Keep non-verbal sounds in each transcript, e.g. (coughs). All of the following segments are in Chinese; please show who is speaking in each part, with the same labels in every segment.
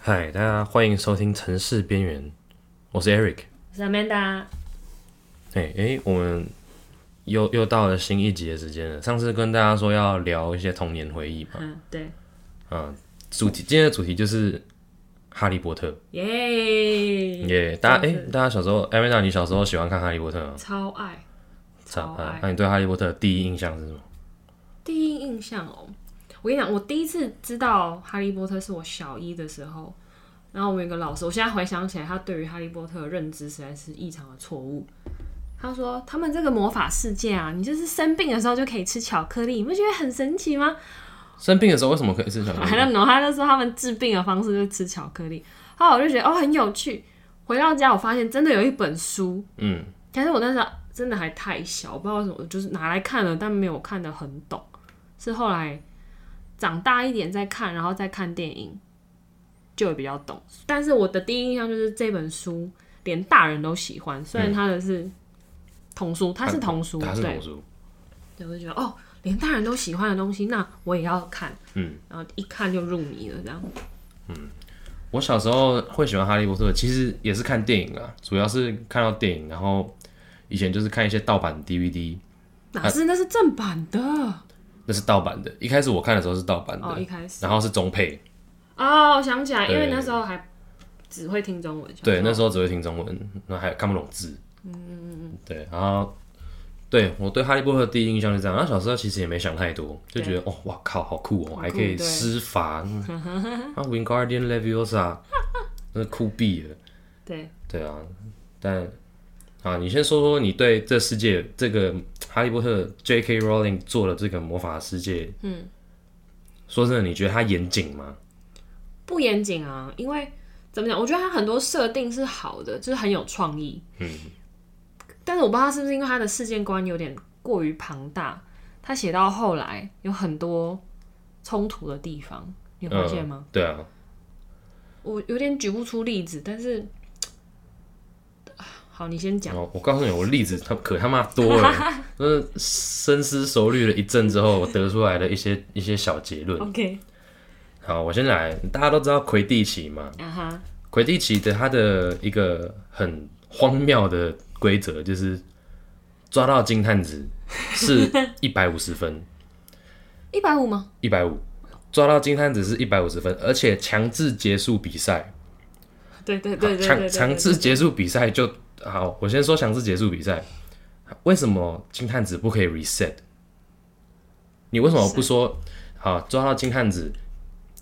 Speaker 1: 嗨，大家欢迎收听《城市边缘》，我是 Eric。
Speaker 2: 我是 Amanda，
Speaker 1: 哎哎，我们又又到了新一集的时间了。上次跟大家说要聊一些童年回忆嘛，
Speaker 2: 嗯，对，
Speaker 1: 啊，主题今天的主题就是《哈利波特》
Speaker 2: 耶、
Speaker 1: 耶、大家哎、
Speaker 2: 嗯上次
Speaker 1: 大家小时候，艾薇娜，你小时候喜欢看《哈利波特》吗？
Speaker 2: 超爱，超
Speaker 1: 啊
Speaker 2: 爱！
Speaker 1: 那、你对《哈利波特》的第一印象是什么？
Speaker 2: 第一印象哦，我跟你讲，我第一次知道哈利波特是我小一的时候，然后我们有个老师，我现在回想起来，他对于哈利波特的认知实在是异常的错误。他说：“他们这个魔法世界啊，你就是生病的时候就可以吃巧克力，你不觉得很神奇吗？
Speaker 1: 生病的时候为什么可以吃巧克
Speaker 2: (laughs)
Speaker 1: 力？
Speaker 2: I don't know，他就说他们治病的方式就是吃巧克力。后来我就觉得哦很有趣。回到家，我发现真的有一本书，
Speaker 1: 嗯，
Speaker 2: 但是我那时候真的还太小，我不知道为什么，我就是拿来看了，但没有看得很懂。是后来长大一点再看，然后再看电影，就会比较懂。但是我的第一印象就是这本书连大人都喜欢，虽然它的是童书，它是童书，
Speaker 1: 它是
Speaker 2: 对
Speaker 1: 童，书，
Speaker 2: 对，我就觉得哦，连大人都喜欢的东西，那我也要看，
Speaker 1: 嗯，
Speaker 2: 然后一看就入迷了，这样。
Speaker 1: 我小时候会喜欢《哈利波特》，其实也是看电影啊，主要是看到电影，然后以前就是看一些盗版 DVD，
Speaker 2: 哪是那是正版的
Speaker 1: 那是盗版的。一开始我看的时候是盗版的，
Speaker 2: 哦，一开始
Speaker 1: 然后是中配，
Speaker 2: 哦，我想起来，因
Speaker 1: 对
Speaker 2: 为那时候还只会听中文，
Speaker 1: 对，那
Speaker 2: 候
Speaker 1: 时候只会听中文，然后还看不懂字，嗯嗯嗯嗯，对，然后对我对《哈利波特》的第一印象是这样。然后小时候其实也没想太多，就觉得哦，哇靠，好酷哦，
Speaker 2: 酷
Speaker 1: 还可以
Speaker 2: 对
Speaker 1: 施 (laughs) 法，嗯啊，Wingardium Leviosa，那酷毙了。
Speaker 2: 对
Speaker 1: 对啊，但啊，你先说说你对这世界这个哈利波特 J.K. Rowling 做的这个魔法世界，嗯，说真的，你觉得它严谨吗？
Speaker 2: 不严谨啊，因为怎么讲，我觉得它很多设定是好的，就是很有创意，嗯，但是我不知道是不是因为它的世界观有点过于庞大，它写到后来有很多冲突的地方，你有发现吗？
Speaker 1: 嗯？对啊，
Speaker 2: 我有点举不出例子，但是
Speaker 1: 嗯
Speaker 2: 好，你先讲。
Speaker 1: 然后我告诉你，我例子他可他妈多
Speaker 2: (laughs)
Speaker 1: 了，就是深思熟虑了一阵之后，我得出来的一些一些小结论。
Speaker 2: OK，
Speaker 1: 好，我先来，大家都知道魁地奇嘛，
Speaker 2: 啊哈，
Speaker 1: 魁地奇的它的一个很荒谬的规则就是，抓到金探子
Speaker 2: (laughs)
Speaker 1: 是一百五十分，
Speaker 2: 一百五吗？
Speaker 1: 一百五，抓到金探子是一百五十分，而且强制结束比赛，
Speaker 2: 对对
Speaker 1: 好
Speaker 2: 对对对
Speaker 1: 强
Speaker 2: 对，
Speaker 1: 强制结束比赛就好。我先说强制结束比赛，为什么金探子不可以 reset？你为什么不说好抓到金探子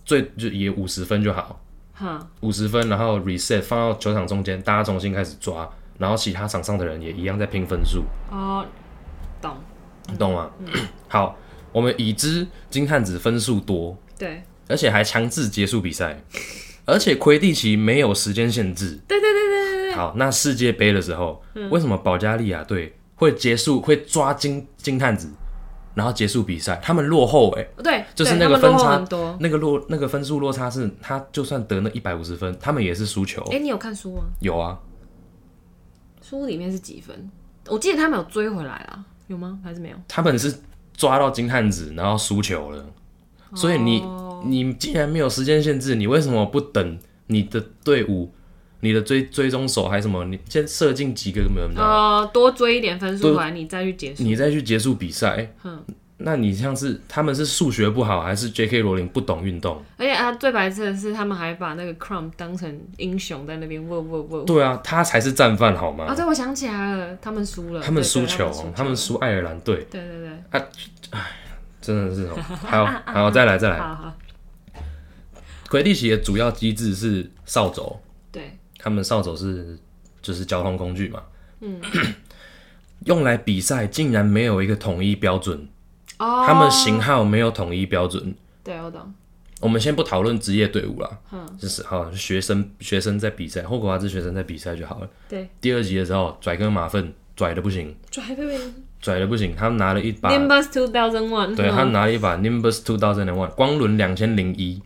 Speaker 1: 最就也五十分就好？
Speaker 2: 哈，
Speaker 1: 五十分，然后 reset 放到球场中间，大家重新开始抓，然后其他场上的人也一样在拼分数，
Speaker 2: 哦，懂，
Speaker 1: 你懂吗？
Speaker 2: 嗯
Speaker 1: (clears throat) 好，我们已知金汉子分数多，
Speaker 2: 对
Speaker 1: 而且还强制结束比赛，而且魁地奇没有时间限制。
Speaker 2: 对对对对对
Speaker 1: 好，那世界杯的时候，为什么保加利亚队会结束会抓金金探子，然后结束比赛？他们落后哎、欸
Speaker 2: 对对，
Speaker 1: 就是那
Speaker 2: 他
Speaker 1: 个
Speaker 2: 们
Speaker 1: 分哦
Speaker 2: 落后
Speaker 1: 差
Speaker 2: 很多。
Speaker 1: 那个落那个分数落差是，他就算得那一百五十分，他们也是输球。
Speaker 2: 哎、你有看书吗？
Speaker 1: 有啊，
Speaker 2: 书里面是几分？我记得他们有追回来啦，有吗？还是没有？
Speaker 1: 他们是抓到金探子，然后输球了，所以你、你既然没有时间限制，你为什么不等你的队伍、你的追追踪手还是什么，你先射进几个门啊，
Speaker 2: 呃，多追一点分数回来，你再去结束。
Speaker 1: 你再去结束比赛？
Speaker 2: 嗯
Speaker 1: 那你像是他们是数学不好，还是 J.K. 罗琳不懂运动？
Speaker 2: 而且啊，最白痴的是，他们还把那个 Crumb 当成英雄在那边问问问。
Speaker 1: 对啊，他才是战犯好
Speaker 2: 啊，
Speaker 1: 吗？
Speaker 2: 对，我想起来了，他们输了，
Speaker 1: 他们
Speaker 2: 对啊
Speaker 1: 输
Speaker 2: 对
Speaker 1: 球，他们
Speaker 2: 输
Speaker 1: 输爱尔兰队，
Speaker 2: 对对对，
Speaker 1: 真的是哦。好，好，再来，再来。
Speaker 2: 啊好好，
Speaker 1: 魁地奇的主要机制是扫帚，
Speaker 2: 对，
Speaker 1: 他们扫帚是就是交通工具嘛，嗯， (clears throat) 用来比赛竟然没有一个统一标准，
Speaker 2: 哦，
Speaker 1: 他们型号没有统一标准。
Speaker 2: 对，我懂，
Speaker 1: 我们先不讨论职业队伍啦，
Speaker 2: 嗯
Speaker 1: 就是好学生学生在比赛，霍格华兹学生在比赛就好了。
Speaker 2: 对，
Speaker 1: 第二集的时候，拽跟马粪拽的不行，
Speaker 2: 拽这边
Speaker 1: 拽的不行，他们拿了一把，
Speaker 2: Nimbus Two Thousand One，
Speaker 1: 对啊他们拿了一把 Nimbus Two Thousand One 光轮两千零一，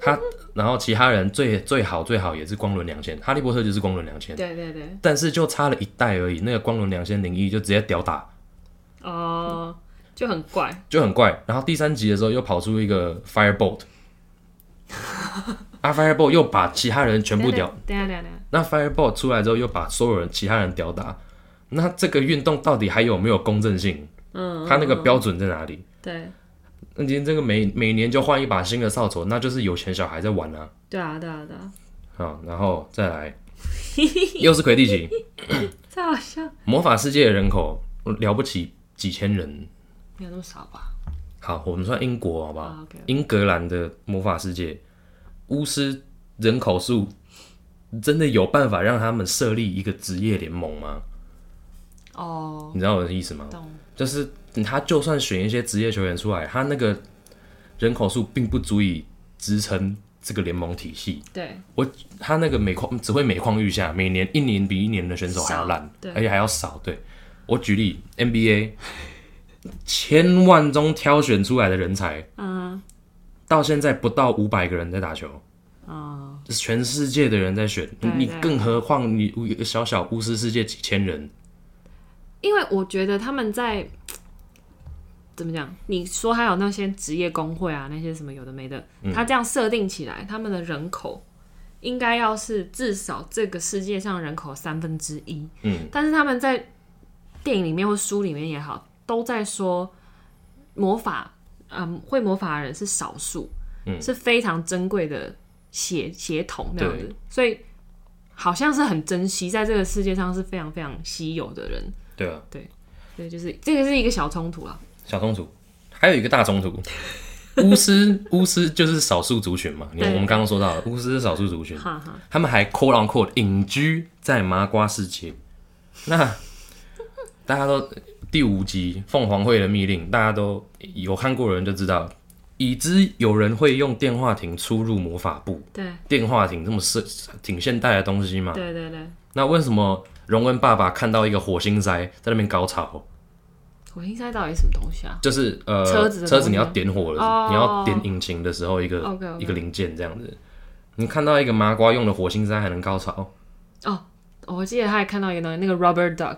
Speaker 1: 他然后其他人最最好最好也是光轮两千，哈利波特就是光轮两千。
Speaker 2: 对对对，
Speaker 1: 但是就差了一代而已，那个光轮两千零一就直接屌打，
Speaker 2: 呃，就很怪，
Speaker 1: 就很怪。然后第三集的时候又跑出一个
Speaker 2: (laughs)
Speaker 1: Firebolt，啊 Firebolt 又把其他人全部屌，
Speaker 2: 等一下。等一下等一下，
Speaker 1: 那 Firebolt 出来之后又把所有人其他人屌打，那这个运动到底还有没有公正性？
Speaker 2: 嗯，
Speaker 1: 它那个标准在哪里？
Speaker 2: 对
Speaker 1: 那今天这个每每年就换一把新的扫帚，那就是有钱小孩在玩啊。
Speaker 2: 对啊对啊对啊，
Speaker 1: 好，然后再来，又是魁地奇，
Speaker 2: 太好笑，
Speaker 1: 魔法世界的人口了不起几千人。
Speaker 2: 没有那么少吧？
Speaker 1: 好，我们算英国好不好？
Speaker 2: 啊，OK，
Speaker 1: 英格兰的魔法世界，巫师人口数真的有办法让他们设立一个职业联盟吗？
Speaker 2: 哦，
Speaker 1: 你知道我的意思吗？
Speaker 2: 懂，
Speaker 1: 就是他就算选一些职业球员出来，他那个人口数并不足以支撑这个联盟体系。
Speaker 2: 对，
Speaker 1: 他那个每况只会每况愈下，每年一年比一年的选手还要烂
Speaker 2: 少，对
Speaker 1: 而且还要少。对我举例 NBA，千万中挑选出来的人才，
Speaker 2: 嗯
Speaker 1: 到现在不到五百个人在打球，
Speaker 2: 嗯，
Speaker 1: 是全世界的人在选，
Speaker 2: 对
Speaker 1: 你
Speaker 2: 对
Speaker 1: 更何况你一个小小巫师世界几千人，
Speaker 2: 因为我觉得他们在怎么讲？你说还有那些职业工会啊，那些什么有的没的，
Speaker 1: 嗯
Speaker 2: 他这样设定起来，他们的人口应该要是至少这个世界上人口三分之一。
Speaker 1: 嗯，
Speaker 2: 但是他们在电影里面或书里面也好，都在说魔法，嗯，会魔法的人是少数，
Speaker 1: 嗯
Speaker 2: 是非常珍贵的血血统那样
Speaker 1: 对
Speaker 2: 子，所以好像是很珍惜，在这个世界上是非常非常稀有的人。
Speaker 1: 对啊，
Speaker 2: 对，就是这个是一个小冲突啦。
Speaker 1: 小冲突，还有一个大冲突，巫师 (laughs) 巫师就是少数族群嘛，你
Speaker 2: 对
Speaker 1: 我们刚刚说到了，巫师是少数族群，
Speaker 2: 哈哈，
Speaker 1: 他们还 “quote on quote” 隐居在麻瓜世界。那大家都第五集凤凰会的密令，大家都有看过的人就知道，已知有人会用电话亭出入魔法部。
Speaker 2: 对
Speaker 1: 电话亭这么是挺现代的东西嘛？
Speaker 2: 对对对，
Speaker 1: 那为什么荣恩爸爸看到一个火星塞在那边高潮？
Speaker 2: 火星塞到底是什么东西啊？
Speaker 1: 就是呃，
Speaker 2: 车子的
Speaker 1: 车子你
Speaker 2: 东
Speaker 1: 要
Speaker 2: 西
Speaker 1: 点火了，
Speaker 2: 哦
Speaker 1: 你要点引擎的时候，一个
Speaker 2: OK，OK
Speaker 1: 一个零件这样子。你看到一个麻瓜用的火星塞还能高潮？
Speaker 2: 哦我记得他还看到一个东西，那个 rubber duck。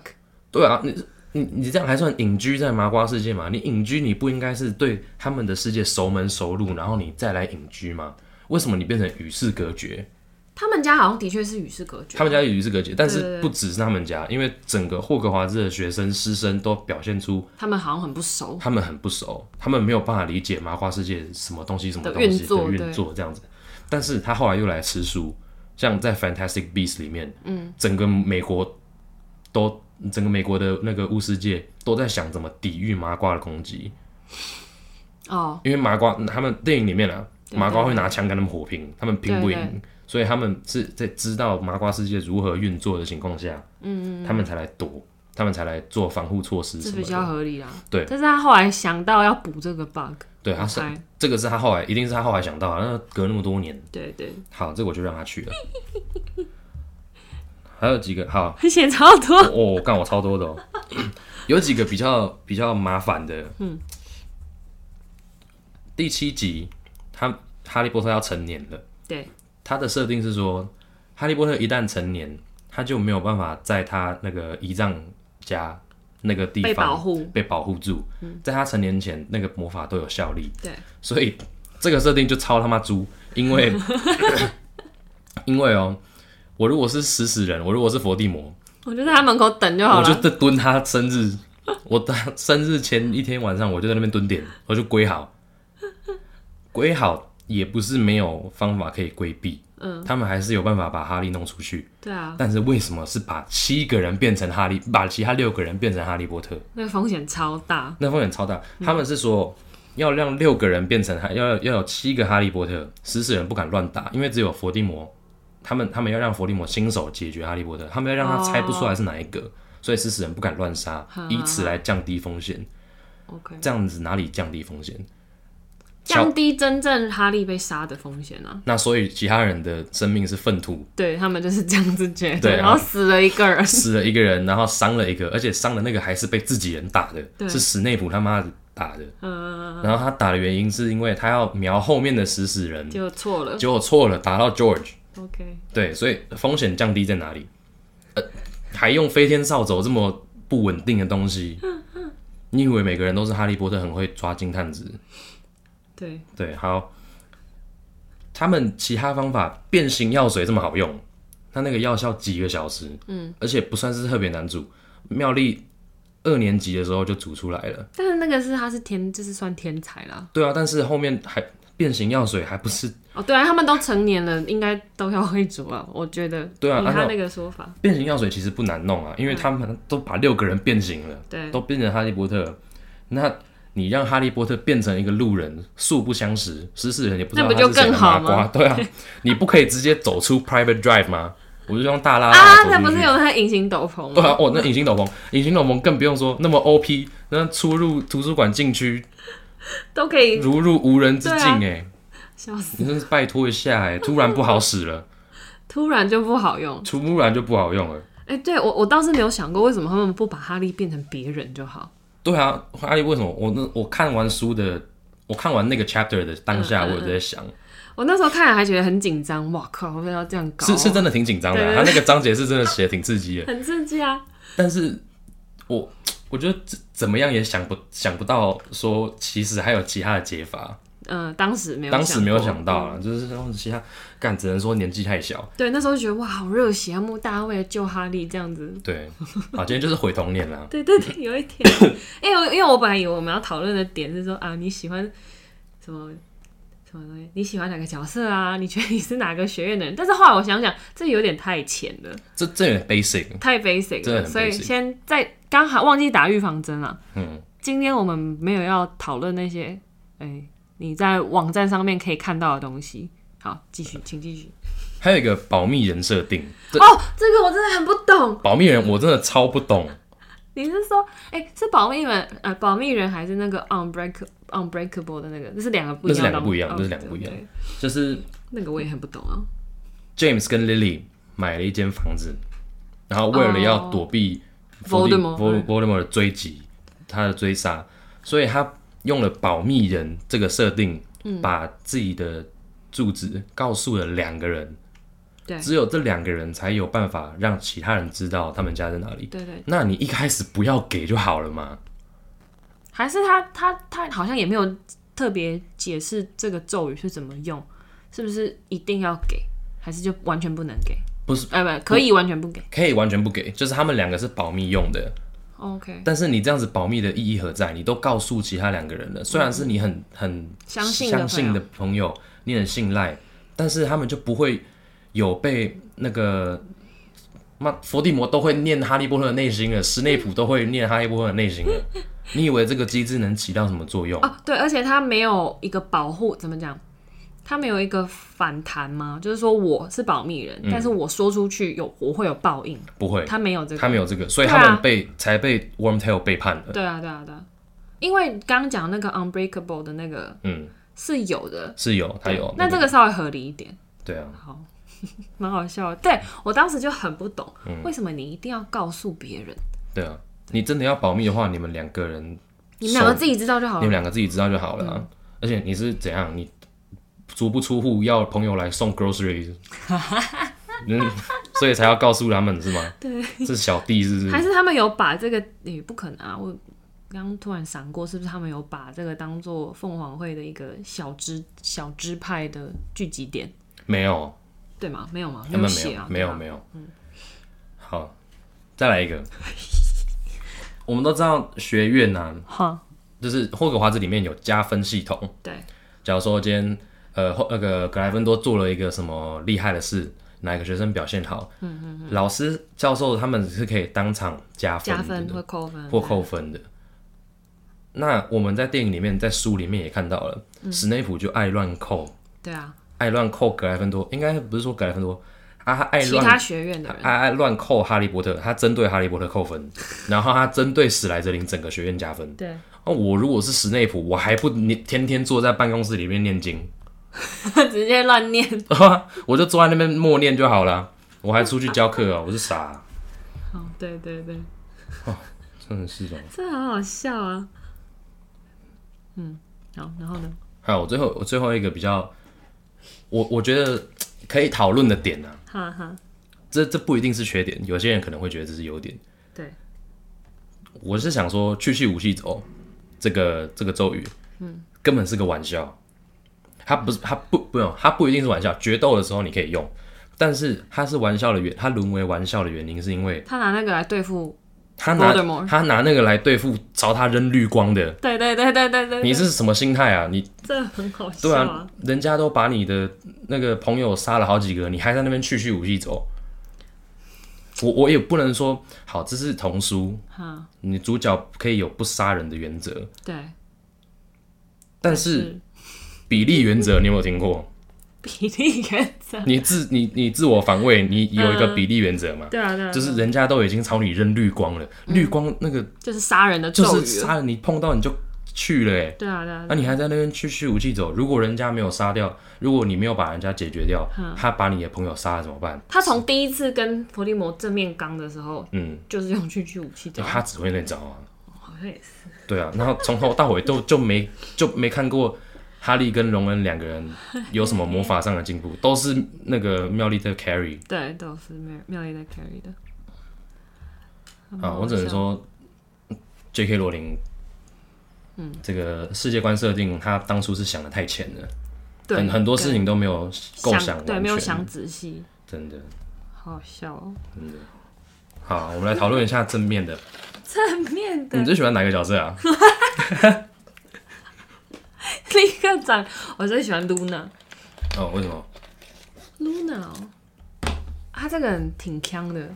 Speaker 1: 对啊，你你你这样还算隐居在麻瓜世界嘛？你隐居，你不应该是对他们的世界熟门熟路，然后你再来隐居吗？为什么你变成与世隔绝？
Speaker 2: 他们家好像的确是与世隔绝。
Speaker 1: 他们家与世隔绝，但
Speaker 2: 对
Speaker 1: 是
Speaker 2: 对对
Speaker 1: 不只是他们家，因为整个霍格华兹的学生师生都表现出
Speaker 2: 他们好像很不熟。
Speaker 1: 他们很不熟，他们没有办法理解麻瓜世界什么东西什么
Speaker 2: 的
Speaker 1: 东西
Speaker 2: 运作
Speaker 1: 的
Speaker 2: 对
Speaker 1: 运作这样子。但是他后来又来吃书，像在 Fantastic Beasts 里面，嗯，整个美国都整个美国的那个巫师界都在想怎么抵御麻瓜的攻击，
Speaker 2: 哦，
Speaker 1: 因为麻瓜他们电影里面啊，
Speaker 2: 对
Speaker 1: 麻瓜
Speaker 2: 对
Speaker 1: 会拿枪跟他们火拼，他们拼不
Speaker 2: 对
Speaker 1: 赢
Speaker 2: 对，
Speaker 1: 所以他们是在知道麻瓜世界如何运作的情况下，嗯他们才来躲，他们才来做防护措施
Speaker 2: 这
Speaker 1: 什
Speaker 2: 比
Speaker 1: 么
Speaker 2: 较
Speaker 1: 的。
Speaker 2: 合理啦。
Speaker 1: 对
Speaker 2: 但是他后来想到要补这个 bug，
Speaker 1: 对，他
Speaker 2: 我
Speaker 1: 是
Speaker 2: 猜，
Speaker 1: 这个是他后来，一定是他后来想到，那隔那么多年，
Speaker 2: 对对，
Speaker 1: 好，这个我就让他去了。还有几个好，
Speaker 2: 写超多，
Speaker 1: 我我干我超多的哦， (coughs) 有几个比较比较麻烦的，嗯，第七集他哈利波特要成年了，
Speaker 2: 对，
Speaker 1: 他的设定是说，哈利波特一旦成年，他就没有办法在他那个姨丈家那个地
Speaker 2: 被保
Speaker 1: 方
Speaker 2: 护，
Speaker 1: 被保护住，在他成年前，那个魔法都有效力，
Speaker 2: 嗯对，
Speaker 1: 所以这个设定就超他妈猪，因为 (laughs) 因为哦，我如果是食死人，我如果是伏地魔，
Speaker 2: 我就在他门口等就好
Speaker 1: 我就
Speaker 2: 了。
Speaker 1: 在蹲他生日， (laughs) 我他生日前一天晚上我就在那边蹲点，我就归好，归好也不是没有方法可以规避，
Speaker 2: 嗯，
Speaker 1: 他们还是有办法把哈利弄出去，
Speaker 2: 对啊，
Speaker 1: 但是为什么是把七个人变成哈利，把其他六个人变成哈利波特？
Speaker 2: 那个风险超大，
Speaker 1: 那风险超大。他们是说要让六个人变成哈，要要有七个哈利波特，食死人不敢乱打，因为只有伏地魔，他们他们要让伏地魔亲手解决哈利波特，他们要让他猜不出来是哪一个，所以食死人不敢乱杀
Speaker 2: 哈，
Speaker 1: 以此来降低风险。
Speaker 2: OK，
Speaker 1: 这样子哪里降低风险？
Speaker 2: 降低真正哈利被杀的风险啊。
Speaker 1: 那所以其他人的生命是粪
Speaker 2: (laughs)
Speaker 1: 土，
Speaker 2: 对他们就是这样子觉得，
Speaker 1: 对啊
Speaker 2: 然后死了一个人，
Speaker 1: 死了一个人，然后伤了一个，而且伤的那个还是被自己人打的，
Speaker 2: 对
Speaker 1: 是史内普他妈的打的。
Speaker 2: 嗯，
Speaker 1: 然后他打的原因是因为他要瞄后面的食死人，
Speaker 2: 就错
Speaker 1: (laughs)
Speaker 2: 了。
Speaker 1: 结果错了，打到 George。
Speaker 2: OK，
Speaker 1: 对，所以风险降低在哪里？呃，还用飞天扫帚这么不稳定的东西，你以为每个人都是哈利波特，很会抓金探子？
Speaker 2: 对，
Speaker 1: 对，好。他们其他方法变形药水这么好用，它那个药效几个小时，嗯，而且不算是特别难煮。妙丽二年级的时候就煮出来了，
Speaker 2: 但是那个是他是天，就是算天才啦。
Speaker 1: 对啊，但是后面还变形药水还不是
Speaker 2: 哦，对啊，他们都成年了，应该都要会煮啊， (laughs) 我觉得。
Speaker 1: 对啊
Speaker 2: 以
Speaker 1: 按
Speaker 2: 他
Speaker 1: 照
Speaker 2: 那个说法，
Speaker 1: 变形药水其实不难弄啊，因为他们都把六个人变形了，
Speaker 2: 对，
Speaker 1: 都变成哈利波特了。那你让哈利波特变成一个路人，素不相识，识死人也不知道
Speaker 2: 那不
Speaker 1: 他
Speaker 2: 就是
Speaker 1: 谁的
Speaker 2: 更
Speaker 1: 麻
Speaker 2: 好吗
Speaker 1: 瓜。对啊，你不可以直接走出 Private Drive 吗？我就用大拉拉
Speaker 2: 啊，
Speaker 1: 走
Speaker 2: 那
Speaker 1: 出
Speaker 2: 不
Speaker 1: 去
Speaker 2: 是有那个隐形斗篷吗？
Speaker 1: 对啊，哦，那隐形斗篷，隐形斗篷更不用说，那么 OP，那出入图书馆禁区，
Speaker 2: 都可以
Speaker 1: 如入无人之境
Speaker 2: 对啊
Speaker 1: 哎、
Speaker 2: 笑死，
Speaker 1: 你真是拜托一下哎、突然不好使了， (laughs)
Speaker 2: 突然就不好用。
Speaker 1: 突然就不好用了。
Speaker 2: 哎、对我我倒是没有想过，为什么他们不把哈利变成别人就好？
Speaker 1: 对啊，阿丽为什么我那我看完书的，我看完那个 chapter 的当下，
Speaker 2: 嗯嗯
Speaker 1: 我有在想，
Speaker 2: 我那时候看了还觉得很紧张，哇靠，我不要这样搞，
Speaker 1: 是是真的挺紧张的啊、
Speaker 2: 对
Speaker 1: 他
Speaker 2: 对
Speaker 1: 那个章节是真的写得挺刺激的，
Speaker 2: 很刺激啊！
Speaker 1: 但是我我觉得怎怎么样也想不想不到说，其实还有其他的解法，
Speaker 2: 嗯、当时没有，嗯
Speaker 1: 当时没有想到。啊，就是说其他干，只能说年纪太小。
Speaker 2: 对，那时候就觉得哇，好热血啊！穆大为了救哈利这样子。
Speaker 1: 对，好，今天就是毁童年啊啦。
Speaker 2: 对对对，有一点，因为我因为我本来以为我们要讨论的点是说啊，你喜欢什么什么东西？你喜欢哪个角色啊？你觉得你是哪个学院的人？但是后来我想想，这有点太浅了，
Speaker 1: 这这有点 basic，
Speaker 2: 太 basic
Speaker 1: 真的
Speaker 2: 了，
Speaker 1: 很
Speaker 2: 所以
Speaker 1: basic
Speaker 2: 先在刚好忘记打预防针了。
Speaker 1: 嗯，
Speaker 2: 今天我们没有要讨论那些，哎、你在网站上面可以看到的东西。好，继续，请继续。
Speaker 1: 还有一个保密人设定，这
Speaker 2: 哦，这个我真的很不懂。
Speaker 1: 保密人我真的超不懂。
Speaker 2: 你是说，哎、是保密人，呃，保密人还是那个 unbreak unbreakable 的那个？这是两个不一
Speaker 1: 那
Speaker 2: 样的
Speaker 1: 是两个
Speaker 2: 东西，
Speaker 1: 不一样
Speaker 2: 哦
Speaker 1: 那是两个不一样
Speaker 2: 对对
Speaker 1: 就是
Speaker 2: 那个我也很不懂啊。
Speaker 1: James 跟 Lily 买了一间房子，然后为了要躲避
Speaker 2: Voldemort，
Speaker 1: Vol-
Speaker 2: 嗯
Speaker 1: Voldemort 的追击，他的追杀，所以他用了保密人这个设定，
Speaker 2: 嗯
Speaker 1: 把自己的住址告诉了两个人，
Speaker 2: 对
Speaker 1: 只有这两个人才有办法让其他人知道他们家在哪里。
Speaker 2: 对对，
Speaker 1: 那你一开始不要给就好了嘛。
Speaker 2: 还是他他他好像也没有特别解释这个咒语是怎么用，是不是一定要给，还是就完全不能给？
Speaker 1: 不是，
Speaker 2: 哎、不，可以完全不给。
Speaker 1: 可以完全不给，就是他们两个是保密用的。
Speaker 2: OK，
Speaker 1: 但是你这样子保密的意义何在？你都告诉其他两个人了，虽然是你很很
Speaker 2: 嗯相信的
Speaker 1: 相信的朋友，你很信赖，但是他们就不会有被那个。那伏地魔都会念哈利波特的内心了，史内普都会念哈利波特的内心
Speaker 2: (laughs)
Speaker 1: 了。你以为这个机制能起到什么作用？
Speaker 2: 啊，对，而且他没有一个保护，怎么讲？他没有一个反弹吗？就是说我是保密人，
Speaker 1: 嗯
Speaker 2: 但是我说出去有我会有报应，
Speaker 1: 不会，
Speaker 2: 他没有这个。
Speaker 1: 他没有这个，所以
Speaker 2: 对啊
Speaker 1: 他们被、才被 Wormtail 背叛了。
Speaker 2: 对啊，对啊，对啊，因为刚刚讲那个 unbreakable 的那个
Speaker 1: 嗯，哦
Speaker 2: 是有的，
Speaker 1: 是有，他有。
Speaker 2: 那这个稍微合理一点，
Speaker 1: 对啊，
Speaker 2: 好，蛮好笑的。对我当时就很不懂，
Speaker 1: 嗯
Speaker 2: 为什么你一定要告诉别人？
Speaker 1: 对啊，你真的要保密的话，你们两个人
Speaker 2: 你们两个
Speaker 1: 手
Speaker 2: 自己知道就好
Speaker 1: 你们
Speaker 2: 了。
Speaker 1: 两个自己知道就好了
Speaker 2: 嗯
Speaker 1: 啊、而且你是怎样？你足不出户要朋友来送
Speaker 2: (laughs)
Speaker 1: grocery，嗯，所以才要告诉他们是吗？
Speaker 2: 对，
Speaker 1: 是小弟是不
Speaker 2: 还
Speaker 1: 是？
Speaker 2: 是他们有把这个也、不可能啊！我刚突然闪过，是不是他们有把这个当做凤凰会的一个小支小支派的聚集点，
Speaker 1: 没有，
Speaker 2: 对吗？没有吗？
Speaker 1: 他
Speaker 2: 有
Speaker 1: 们没
Speaker 2: 写
Speaker 1: 有
Speaker 2: 啊，，
Speaker 1: 没有，没
Speaker 2: 有。
Speaker 1: 有。好，再来一
Speaker 2: (laughs)
Speaker 1: 个。我们都知道学院啊，
Speaker 2: 哈，
Speaker 1: 就是霍格华兹里面有加分系统。
Speaker 2: 对，
Speaker 1: 假如说今天呃后那个格莱芬多做了一个什么厉害的事，哪一个学生表现好，嗯嗯老师教授他们是可以当场加分
Speaker 2: 加
Speaker 1: 的
Speaker 2: 分或扣分，
Speaker 1: 或扣分的。那我们在电影里面，在书里面也看到了，
Speaker 2: 嗯
Speaker 1: 史内普就爱乱扣，
Speaker 2: 对啊，
Speaker 1: 爱乱扣格莱芬多，应该不是说格莱芬多，啊，他爱
Speaker 2: 其
Speaker 1: 乱啊
Speaker 2: 他学院的人，
Speaker 1: 爱爱乱扣哈利波特，他针对哈利波特扣分， (laughs) 然后他针对史莱哲林整个学院加分。
Speaker 2: 对，
Speaker 1: 哦，我如果是史内普，我还不念天天坐在办公室里面念经，
Speaker 2: (laughs) 直接乱念。
Speaker 1: 我就坐在那边默念就好了。我还出去教课 (laughs) 哦，我是傻、
Speaker 2: 哦，对对对，
Speaker 1: 真的是哦的。
Speaker 2: 这好好笑啊。嗯，好，然后呢？
Speaker 1: 还有我最后我最后一个比较，我我觉得可以讨论的点呢、啊，
Speaker 2: 哈哈，
Speaker 1: 这这不一定是缺点，有些人可能会觉得这是优点。
Speaker 2: 对，
Speaker 1: 我是想说去去无戏走这个这个咒语，嗯，根本是个玩笑。它不是，它不不用，它不一定是玩笑。决斗的时候你可以用，但是它是玩笑的原，它沦为玩笑的原因是因为
Speaker 2: 他拿那个来对付，
Speaker 1: 他拿
Speaker 2: Voldemort
Speaker 1: 他拿那个来对付朝他扔绿光的，
Speaker 2: 对对对对对对，
Speaker 1: 你是什么心态啊？你
Speaker 2: 这很好笑
Speaker 1: 对啊，人家都把你的那个朋友杀了好几个，你还在那边去去武器走。我我也不能说好，这是童书，
Speaker 2: 哈，
Speaker 1: 你主角可以有不杀人的原则，
Speaker 2: 对，
Speaker 1: 但是比例原
Speaker 2: (laughs)
Speaker 1: 则你有没有听过？
Speaker 2: 比例原则，
Speaker 1: 你自你你自我防卫，你有一个比例原则嘛？
Speaker 2: 嗯对啊对啊，
Speaker 1: 就是人家都已经朝你扔绿光了，绿光那个
Speaker 2: 就是杀人的
Speaker 1: 就
Speaker 2: 咒
Speaker 1: 是
Speaker 2: 语，啊
Speaker 1: 杀了你碰到你就去了、欸，
Speaker 2: 对啊对啊，
Speaker 1: 那、你还在那边去去武器走？如果人家没有杀掉，如果你没有把人家解决掉，
Speaker 2: 嗯
Speaker 1: 他把你的朋友杀了怎么办？
Speaker 2: 他从第一次跟伏地魔正面刚的时候，
Speaker 1: 嗯，
Speaker 2: 就是用去去武器
Speaker 1: 就
Speaker 2: 的，
Speaker 1: 他只会那招啊。
Speaker 2: 哦好像也是，
Speaker 1: 对啊，然后从头到尾都就没就没看过哈利跟荣恩两个人有什么魔法上的进步，都是那个妙丽在 carry
Speaker 2: 对，都是妙妙丽在 carry 的。很
Speaker 1: 啊。
Speaker 2: 好
Speaker 1: 我只能
Speaker 2: 笑，
Speaker 1: 说，J.K. 罗琳，嗯，这个世界观设定他当初是想的太浅了，
Speaker 2: 对
Speaker 1: 很很多事情都没有构
Speaker 2: 想
Speaker 1: 完
Speaker 2: 对，没有
Speaker 1: 全
Speaker 2: 想仔细，
Speaker 1: 真的。
Speaker 2: 好好笑哦。
Speaker 1: 好，我们来讨论一下正面的。
Speaker 2: 正面的
Speaker 1: 你最喜欢哪个角色啊？
Speaker 2: (laughs) 立刻转，我最喜欢 Luna。
Speaker 1: (laughs) 哦，为什么？
Speaker 2: Luna，哦她这个人挺强的。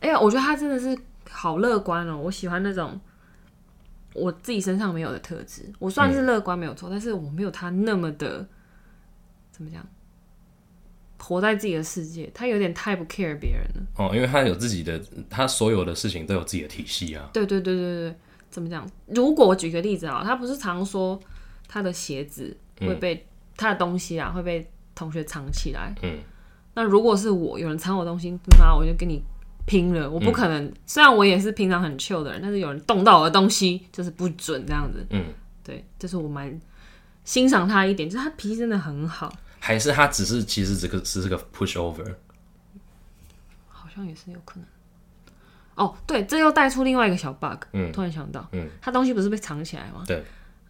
Speaker 2: 哎呀，我觉得她真的是好乐观哦，我喜欢那种我自己身上没有的特质。我算是乐观没有错，但是我没有她那么的怎么讲，活在自己的世界。她有点太不 care 别人了。
Speaker 1: 哦，因为他有自己的，他所有的事情都有自己的体系啊。
Speaker 2: 对对对对对，怎么讲？如果我举个例子啊，他不是常说他的鞋子
Speaker 1: 嗯
Speaker 2: 会被、他的东西啊会被同学藏起来。
Speaker 1: 嗯，
Speaker 2: 那如果是我有人藏我东西，妈我就跟你拼了！
Speaker 1: 嗯
Speaker 2: 我不可能，虽然我也是平常很 chill 的人，但是有人动到我的东西就是不准这样子。
Speaker 1: 嗯，
Speaker 2: 对，这、是我蛮欣赏他一点，就是他脾气真的很好，
Speaker 1: 还是他只是其实这个只是个 push over。
Speaker 2: 好像也是有可能。哦，对，这又带出另外一个小 bug，
Speaker 1: 嗯
Speaker 2: 突然想到，
Speaker 1: 嗯，
Speaker 2: 他东西不是被藏起来吗？
Speaker 1: 对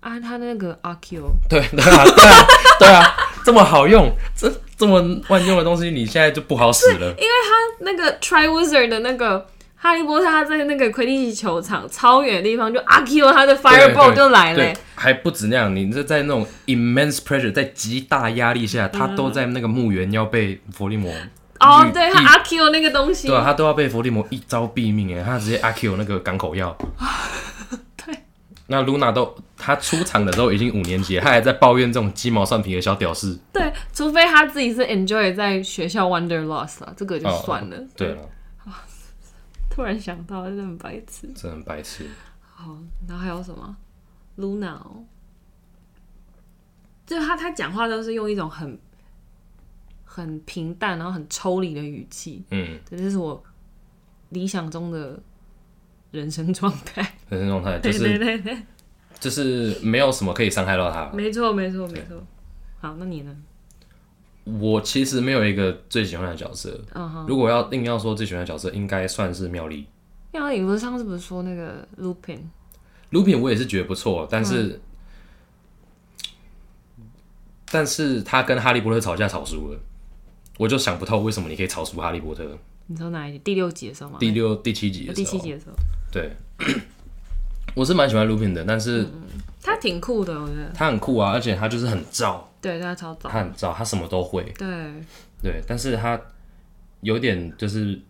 Speaker 2: 啊，他那个阿 Q，
Speaker 1: (laughs) 对对啊对啊对啊， (laughs) 这么好用，这这么万用的东西，你现在就不好使 (laughs) 了。
Speaker 2: 那个 Triwizard 的那个哈利波特，他在那个魁地奇球场超远的地方，就阿 Q 他的
Speaker 1: 对
Speaker 2: Fireball
Speaker 1: 对
Speaker 2: 就来了、
Speaker 1: 对，还不止那样，你这在那种 immense pressure，在极大压力下，他都在那个墓园要被伏地魔
Speaker 2: 哦
Speaker 1: 一，
Speaker 2: 对
Speaker 1: 一
Speaker 2: 他阿 Q 那个东西，
Speaker 1: 对啊，他都要被伏地魔一招毙命哎，他直接阿 Q 那个港口药。
Speaker 2: (laughs) 对。
Speaker 1: 那露娜都，她出场的时候已经五年级了，她还在抱怨这种鸡毛蒜皮的小屌丝。
Speaker 2: 对，除非他自己是 enjoy 在学校 wanderlust 啊，这个就算了。
Speaker 1: 哦对啊了，
Speaker 2: 突然想到，真的很白痴。
Speaker 1: 真的很白痴。
Speaker 2: 好，然后还有什么？Luna，、哦、就是他他讲话都是用一种很很平淡，然后很抽离的语气，
Speaker 1: 嗯，
Speaker 2: 对这是我理想中的人生状态。
Speaker 1: 人生状态 (laughs) 就
Speaker 2: 对嗯
Speaker 1: 是
Speaker 2: 对对对，
Speaker 1: 就是没有什么可以伤害到她。
Speaker 2: 没错没错没错。好，那你呢？
Speaker 1: 我其实没有一个最喜欢的角色，
Speaker 2: 嗯哼，
Speaker 1: 如果要硬要说最喜欢的角色，应该算是妙丽。
Speaker 2: 那你不是上次不是说那个 Lupin？
Speaker 1: 卢品我也是觉得不错，但是、
Speaker 2: 嗯
Speaker 1: 但是他跟哈利波特吵架吵输了，我就想不透为什么你可以吵输哈利波特。
Speaker 2: 你说哪一集？第六集的时候吗？
Speaker 1: 第六、第七集的时候，
Speaker 2: 哦第七集的时候，
Speaker 1: 对， (clears throat) 我是蛮喜欢卢品的，但是
Speaker 2: 他挺酷的，我觉得。
Speaker 1: 他很酷啊，而且他就是很燥，
Speaker 2: 对，他超早。
Speaker 1: 他很燥，他什么都会，
Speaker 2: 对，
Speaker 1: 对，但是他有点就是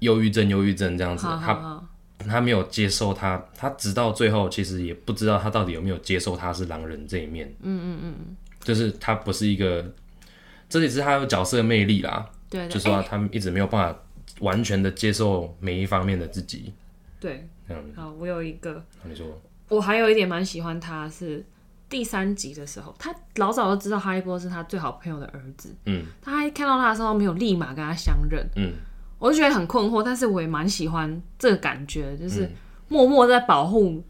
Speaker 1: 忧郁症，忧郁症这样子，
Speaker 2: 好
Speaker 1: 他
Speaker 2: 好好，
Speaker 1: 他没有接受他，他直到最后其实也不知道他到底有没有接受他是狼人这一面。嗯嗯嗯就是他不是一个，这也是他有角色魅力啦，
Speaker 2: 对哎
Speaker 1: 就
Speaker 2: 对
Speaker 1: 是说他一直没有办法完全的接受每一方面的自己。
Speaker 2: 对
Speaker 1: 这样。
Speaker 2: 好，我有一个，
Speaker 1: 你说，
Speaker 2: 我还有一点蛮喜欢他是第三集的时候，他老早就知道哈利波特是他最好朋友的儿子，
Speaker 1: 嗯
Speaker 2: 他一看到他的时候没有立马跟他相认，
Speaker 1: 嗯，
Speaker 2: 我就觉得很困惑，但是我也蛮喜欢这个感觉，就是
Speaker 1: 嗯
Speaker 2: 默默在保护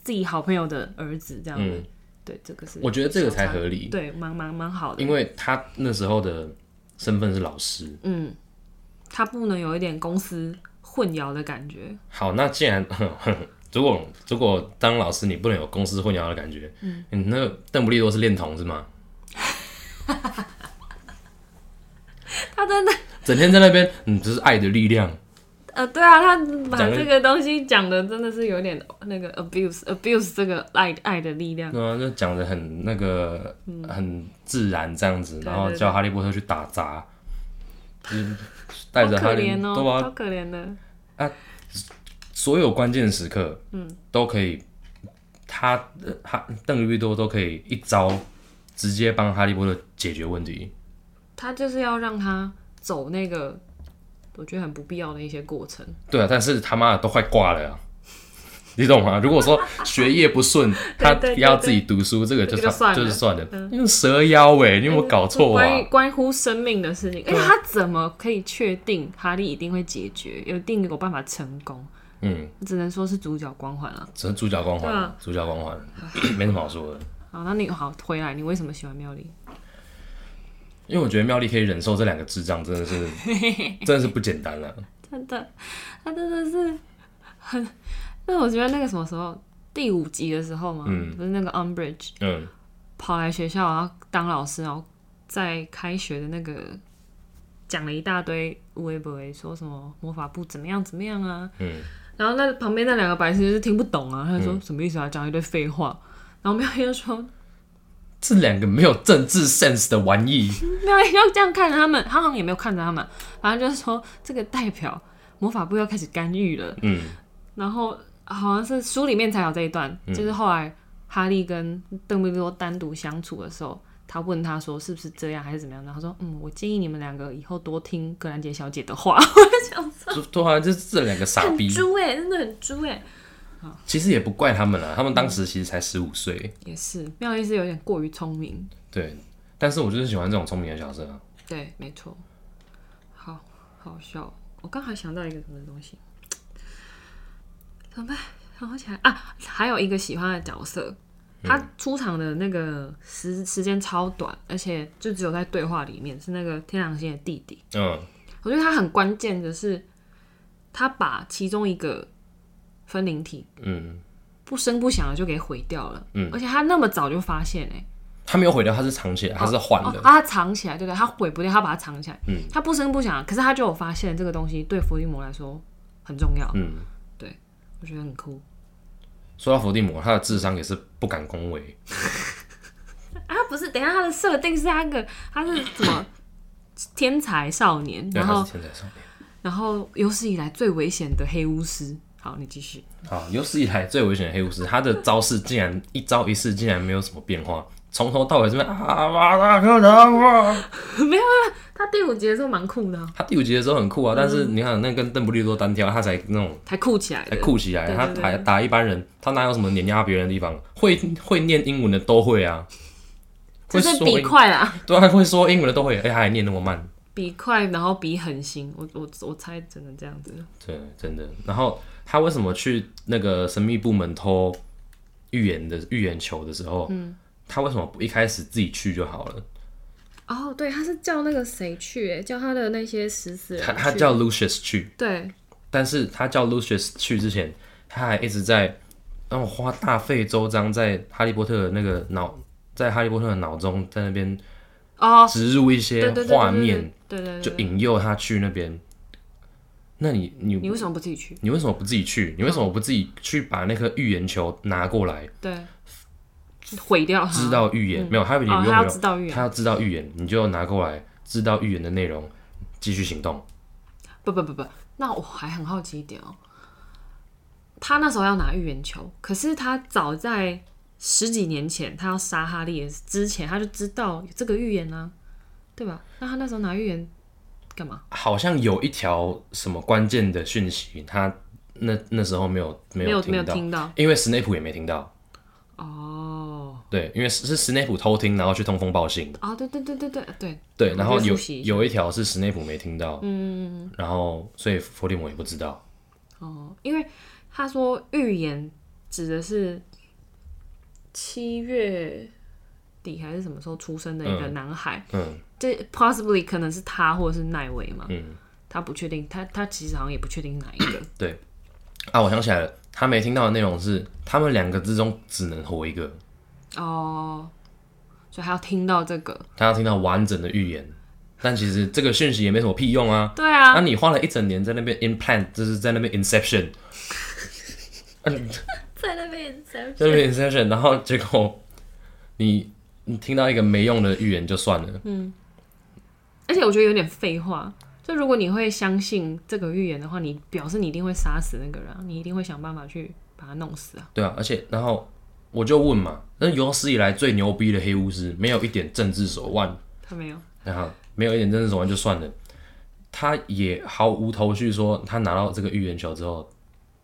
Speaker 2: 自己好朋友的儿子这样子。
Speaker 1: 嗯
Speaker 2: 对，这个是
Speaker 1: 我觉得这个才
Speaker 2: 小插
Speaker 1: 合理，
Speaker 2: 对，蛮蛮蛮好的，
Speaker 1: 因为他那时候的身份是老师。
Speaker 2: 嗯，他不能有一点公司混淆的感觉。
Speaker 1: 好，那既然 (laughs) 如果如果当老师，你不能有公私混淆的感觉。嗯，你那个邓布利多是恋童是吗？
Speaker 2: 他真的，
Speaker 1: 整天在那边，嗯，这是爱的力量。
Speaker 2: 呃，对啊，他把
Speaker 1: 讲得
Speaker 2: 这个东西讲的真的是有点那个 abuse abuse 这个爱爱的力量，
Speaker 1: 对啊，就讲的很那个、很自然这样子，
Speaker 2: 嗯对
Speaker 1: 然后
Speaker 2: 对
Speaker 1: 叫哈利波特去打杂，就是带
Speaker 2: 好
Speaker 1: 着哈
Speaker 2: 可
Speaker 1: 利，
Speaker 2: 怜
Speaker 1: 对
Speaker 2: 哦，
Speaker 1: 啊，
Speaker 2: 超可怜的，
Speaker 1: 所有关键时刻，嗯，都可以，他呃哈邓绿多都可以一招直接帮哈利波特解决问题，
Speaker 2: 他就是要让他走那个我觉得很不必要的一些过程，
Speaker 1: 对啊，但是他妈的都快挂了啊。 (laughs) 你懂吗？如果说学业不
Speaker 2: (laughs)
Speaker 1: 顺，他
Speaker 2: 对对
Speaker 1: 要自己读书，这个就
Speaker 2: 这个就算了嗯
Speaker 1: 就是算了，因为蛇腰哎、你有没有搞错啊？
Speaker 2: 关于关乎生命的事情，哎、
Speaker 1: 对啊
Speaker 2: 他怎么可以确定哈利一定会解决，有一定有办法成功？
Speaker 1: 嗯，
Speaker 2: 只能说是主角光环了。
Speaker 1: 只是主角光环，
Speaker 2: 对啊
Speaker 1: 主角光环， (coughs) 没什么好说的。
Speaker 2: 好，那你好回来，你为什么喜欢妙丽？
Speaker 1: 因为我觉得妙丽可以忍受这两个智障，真的
Speaker 2: (laughs)
Speaker 1: 是真的是不简单啊了。
Speaker 2: 真的，他真的是很……那我觉得那个什么时候第五集的时候嘛，
Speaker 1: 嗯
Speaker 2: 不是那个 Umbridge
Speaker 1: 嗯，
Speaker 2: 跑来学校，然后当老师，然后在开学的那个讲了一大堆微博，说什么魔法部怎么样怎么样啊，
Speaker 1: 嗯，
Speaker 2: 然后那旁边那两个白痴就是听不懂啊，他就说、什么意思啊，讲一堆废话，然后妙丽就说
Speaker 1: 这两个没有政治 sense 的玩意，
Speaker 2: 妙丽就这样看着他们，他好像也没有看着他们，反正就是说这个代表魔法部要开始干预了。
Speaker 1: 嗯，
Speaker 2: 然后好像是书里面才有这一段，就是后来哈利跟邓布利多单独相处的时候，他问他说是不是这样还是怎么样，然后他说嗯，我建议你们两个以后多听格兰杰小姐的话，
Speaker 1: 就对啊，就是这两个傻
Speaker 2: 很
Speaker 1: 逼，
Speaker 2: 猪哎、真的很猪哎、
Speaker 1: 其实也不怪他们啊
Speaker 2: 嗯
Speaker 1: 啦，他们当时其实才十五岁，
Speaker 2: 也是妙丽是有点过于聪明，
Speaker 1: 对。但是我就是喜欢这种聪明的角色啊，
Speaker 2: 对，没错，好好笑，我刚还想到一个什么东西，怎么办？想不起来啊，还有一个喜欢的角色，他出场的那个时时间超短，而且就只有在对话里面，是那个天狼星的弟弟。
Speaker 1: 嗯
Speaker 2: 我觉得他很关键的是，他把其中一个分灵体
Speaker 1: 嗯，
Speaker 2: 不声不响的就给毁掉了，嗯，而且他那么早就发现哎、欸
Speaker 1: 他没有毁掉，他是藏起来，他是换
Speaker 2: 哦
Speaker 1: 的，，
Speaker 2: 他藏起来，对不对？他毁不掉，他把它藏起来，嗯，他不声不响，可是他就有发现这个东西对伏地魔来说很重要，
Speaker 1: 嗯。
Speaker 2: 我觉得很酷。
Speaker 1: 说到伏地魔，他的智商也是不敢恭维，
Speaker 2: 啊，不是，等一下他的设定是他那个他是什么天才少年，
Speaker 1: 对，
Speaker 2: 然
Speaker 1: 他
Speaker 2: 后
Speaker 1: 是天才少年。
Speaker 2: 然后有史以来最危险的黑巫师。好，你继续。 (laughs)
Speaker 1: 好，啊有史以来最危险的黑巫师，他的招式竟然一招一式竟然没有什么变化，从头到尾这边啊哇啦克啦哇，
Speaker 2: 啊他第五集的时候蛮酷的啊、
Speaker 1: 他第五集的时候很酷啊，但是
Speaker 2: 嗯
Speaker 1: 你看那跟邓布利多单挑，他才那种
Speaker 2: 才酷起来
Speaker 1: 才
Speaker 2: 的。
Speaker 1: 酷起来，
Speaker 2: 对
Speaker 1: 他
Speaker 2: 对对
Speaker 1: 打打一般人，他哪有什么碾压别人的地方？会会念英文的都会啊，
Speaker 2: 就
Speaker 1: 会
Speaker 2: 是
Speaker 1: 说
Speaker 2: 比
Speaker 1: 英
Speaker 2: 快啦，
Speaker 1: 对啊，会说英文的都会，哎、他还念那么慢，
Speaker 2: 比快，然后比狠心。我我我猜只能这样子。
Speaker 1: 对，真的。然后他为什么去那个神秘部门偷预言的预言球的时候，
Speaker 2: 嗯
Speaker 1: 他为什么不一开始自己去就好了？
Speaker 2: 哦，对，他是叫那个谁去、欸，叫他的那些食死人
Speaker 1: 他他
Speaker 2: 去
Speaker 1: 叫 Lucius 去，
Speaker 2: 对，
Speaker 1: 但是他叫 Lucius 去之前，他还一直在让我花大费周章在哈利波特的那个脑，在哈利波特的脑中，在那边
Speaker 2: 哦，
Speaker 1: 植入一
Speaker 2: 对
Speaker 1: 些
Speaker 2: 对对对
Speaker 1: 画面，，
Speaker 2: 对对对
Speaker 1: 就
Speaker 2: 对对。
Speaker 1: 引诱他去那边。那你
Speaker 2: 你
Speaker 1: 你
Speaker 2: 为什么不自己去？
Speaker 1: 你为什么不自己去？你为什么不自己去把那颗预言球拿过来？
Speaker 2: 对，毁掉他。
Speaker 1: 知道预言、没有，他有点
Speaker 2: 哦，
Speaker 1: 用
Speaker 2: 他
Speaker 1: 没
Speaker 2: 要
Speaker 1: 有
Speaker 2: 知？道预言。
Speaker 1: 他要知道预言，你就拿过来，知道预言的内容，继续行动。
Speaker 2: 不不不不，那我还很好奇一点哦、他那时候要拿预言球，可是他早在十几年前，他要杀哈利之前，他就知道有这个预言啊，对吧？那他那时候拿预言干嘛？
Speaker 1: 好像有一条什么关键的讯息，他那那时候没有没
Speaker 2: 没
Speaker 1: 有
Speaker 2: 有没有
Speaker 1: 到，
Speaker 2: 听到
Speaker 1: 因为斯内普也没听到。
Speaker 2: 哦
Speaker 1: 对，因为是是斯内普偷听，然后去通风报信。
Speaker 2: 哦，对对对对对对
Speaker 1: 对，然后
Speaker 2: 我觉得
Speaker 1: 有
Speaker 2: 哦复习一下
Speaker 1: 有一条是斯内普没听到，嗯，然后所以伏地魔也不知道。
Speaker 2: 哦，因为他说预言指的是七月底还是什么时候出生的一个男孩，
Speaker 1: 嗯，
Speaker 2: 这 possibly 可能是他或者是奈维嘛，
Speaker 1: 嗯
Speaker 2: 他不确定，他他其实好像也不确定哪一个，
Speaker 1: 啊，我想起来了，他没听到的内容是，他们两个之中只能活一个，
Speaker 2: 哦，所以还要听到这个，
Speaker 1: 他要听到完整的预言。但其实这个讯息也没什么屁用啊。
Speaker 2: 对啊，
Speaker 1: 那、你花了一整年在那边 implant，就是在那边
Speaker 2: (laughs)
Speaker 1: inception，啊
Speaker 2: 在那边
Speaker 1: 在那边 inception，然后结果你你听到一个没用的预言就算了，
Speaker 2: 嗯而且我觉得有点废话。就如果你会相信这个预言的话，你表示你一定会杀死那个人啊，你一定会想办法去把他弄死啊。
Speaker 1: 对啊，而且然后我就问嘛，那有史以来最牛逼的黑巫师，没有一点政治手腕，
Speaker 2: 他没有，
Speaker 1: 然后没有一点政治手腕就算了，他也毫无头绪说他拿到这个预言球之后，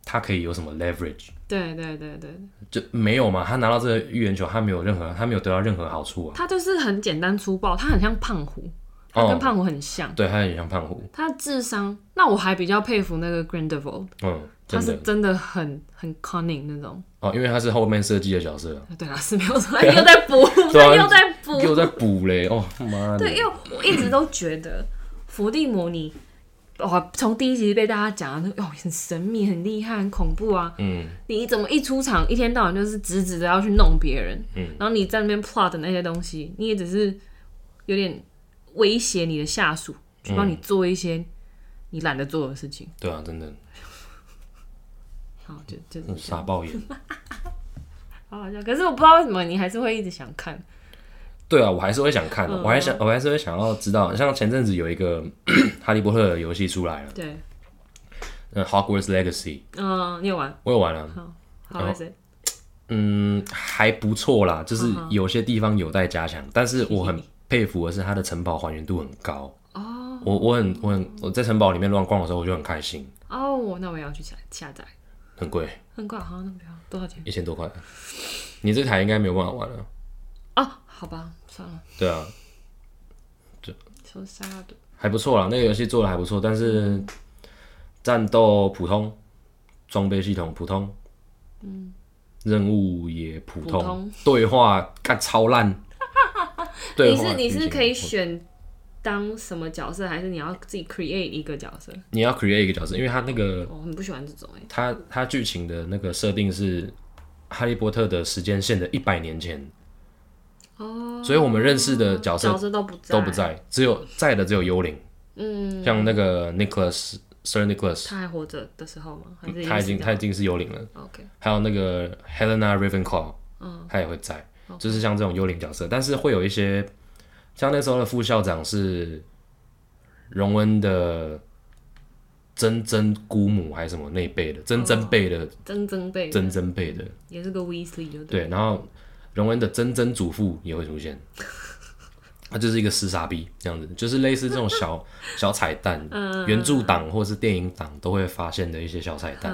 Speaker 1: 他可以有什么 leverage，
Speaker 2: 对对对对，
Speaker 1: 就没有嘛，他拿到这个预言球，他没有任何，他没有得到任何好处啊，
Speaker 2: 他就是很简单粗暴，他很像胖虎，他跟
Speaker 1: 哦，
Speaker 2: 胖虎很像，
Speaker 1: 对，他很像胖虎，
Speaker 2: 他智商，那我还比较佩服那个 Grindelwald，
Speaker 1: 嗯，
Speaker 2: 他
Speaker 1: 真的
Speaker 2: 是。真的很很 cunning 那
Speaker 1: (laughs)
Speaker 2: 种。
Speaker 1: 哦，因为他是后面设计的角色啊，
Speaker 2: 对啦，是没有错，又在补，
Speaker 1: 对啊
Speaker 2: 又在补，
Speaker 1: 又在补嘞， (laughs) 哦妈的
Speaker 2: 对，，因为我一直都觉得伏地魔你，哦，从第一集被大家讲的哦很神秘、很厉害、很恐怖啊，
Speaker 1: 嗯，
Speaker 2: 你怎么一出场一天到晚就是直直的要去弄别人，嗯，然后你在那边 plot 的那些东西，你也只是有点威胁你的下属去
Speaker 1: 嗯
Speaker 2: 帮你做一些你懒得做的事情，
Speaker 1: 对啊，真的
Speaker 2: 好，就就
Speaker 1: 嗯傻爆眼。
Speaker 2: 好好笑。可是我不知道为什么你还是会一直想看，
Speaker 1: 对啊，我还是会想看的，我还想，我还是会想要知道。像前阵子有一个 (clears throat) 哈利波特的游戏出来了，
Speaker 2: 对，
Speaker 1: 嗯，《Hogwarts Legacy》，
Speaker 2: 嗯，你有玩，
Speaker 1: 我有玩了，
Speaker 2: 好，没事，
Speaker 1: 嗯，还不错啦，就是有些地方有待加强，但是我很佩服的是它的城堡还原度很高。哦，我我很我很我在城堡里面乱逛的时候，我就很开心，
Speaker 2: 哦，那我也要去下下载，
Speaker 1: 很贵，
Speaker 2: 很贵，好，那不要，多少钱？
Speaker 1: 一千多块。你这台应该没有办法玩了，
Speaker 2: 啊，好吧，算了。
Speaker 1: 对啊，
Speaker 2: 说杀的，
Speaker 1: 还不错啦，那个游戏做的还不错，但是战斗普通，装备系统普通，嗯，任务也普通，
Speaker 2: 普通
Speaker 1: 对话干超
Speaker 2: (laughs)
Speaker 1: 烂，对
Speaker 2: 你
Speaker 1: 话
Speaker 2: 是你
Speaker 1: 剧
Speaker 2: 是
Speaker 1: 情
Speaker 2: 可以选当什么角色，还是你要自己 create 一个角色？
Speaker 1: 你要 create 一个角色，因为它那个
Speaker 2: 我很不喜欢这种哎、
Speaker 1: 它它剧情的那个设定是哈利波特的时间线的一百年前，
Speaker 2: 哦，
Speaker 1: 所以我们认识的角色
Speaker 2: 角色都不在，
Speaker 1: 都不，在，只有在的只有幽灵，
Speaker 2: 嗯，
Speaker 1: 像那个 Nicholas Sir Nicholas，
Speaker 2: 他还活着的时候吗？还是
Speaker 1: 他已经
Speaker 2: 经死
Speaker 1: 他已经是幽灵了。
Speaker 2: 掉 OK
Speaker 1: 还有那个 Helena Ravenclaw，嗯，她也会在，就是像这种幽灵角色，但是会有一些，像那时候的副校长是荣恩的真真姑母还是什么那一辈的，真真辈的、
Speaker 2: 曾曾贝
Speaker 1: 真真辈的，
Speaker 2: 也是个 Weasley 就哦对，
Speaker 1: 对，然后荣恩的真真祖父也会出现， (laughs) 他就是一个厮杀逼这样子，就是类似这种
Speaker 2: (laughs)
Speaker 1: 小小彩蛋，
Speaker 2: 嗯
Speaker 1: 原著党或是电影党都会发现的一些小彩蛋，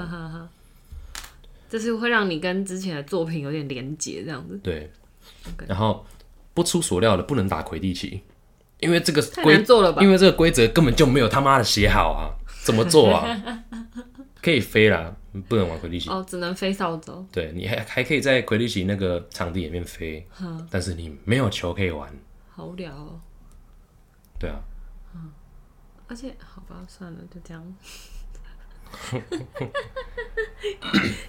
Speaker 2: 就是会让你跟之前的作品有点连结这样子，
Speaker 1: 对然后不出所料的不能打魁地奇，因为这个
Speaker 2: 太
Speaker 1: 规
Speaker 2: 难，做了吧？
Speaker 1: 因为这个规则根本就没有他妈的写好啊，怎么做啊？ (laughs) 可以飞啦，不能玩魁地奇。
Speaker 2: 哦，只能飞扫帚，
Speaker 1: 对你还还可以在魁地奇那个场地里面飞，但是你没有球可以玩。
Speaker 2: 好无聊哦。
Speaker 1: 对啊，
Speaker 2: 而且好吧，算了，就这样。 (laughs)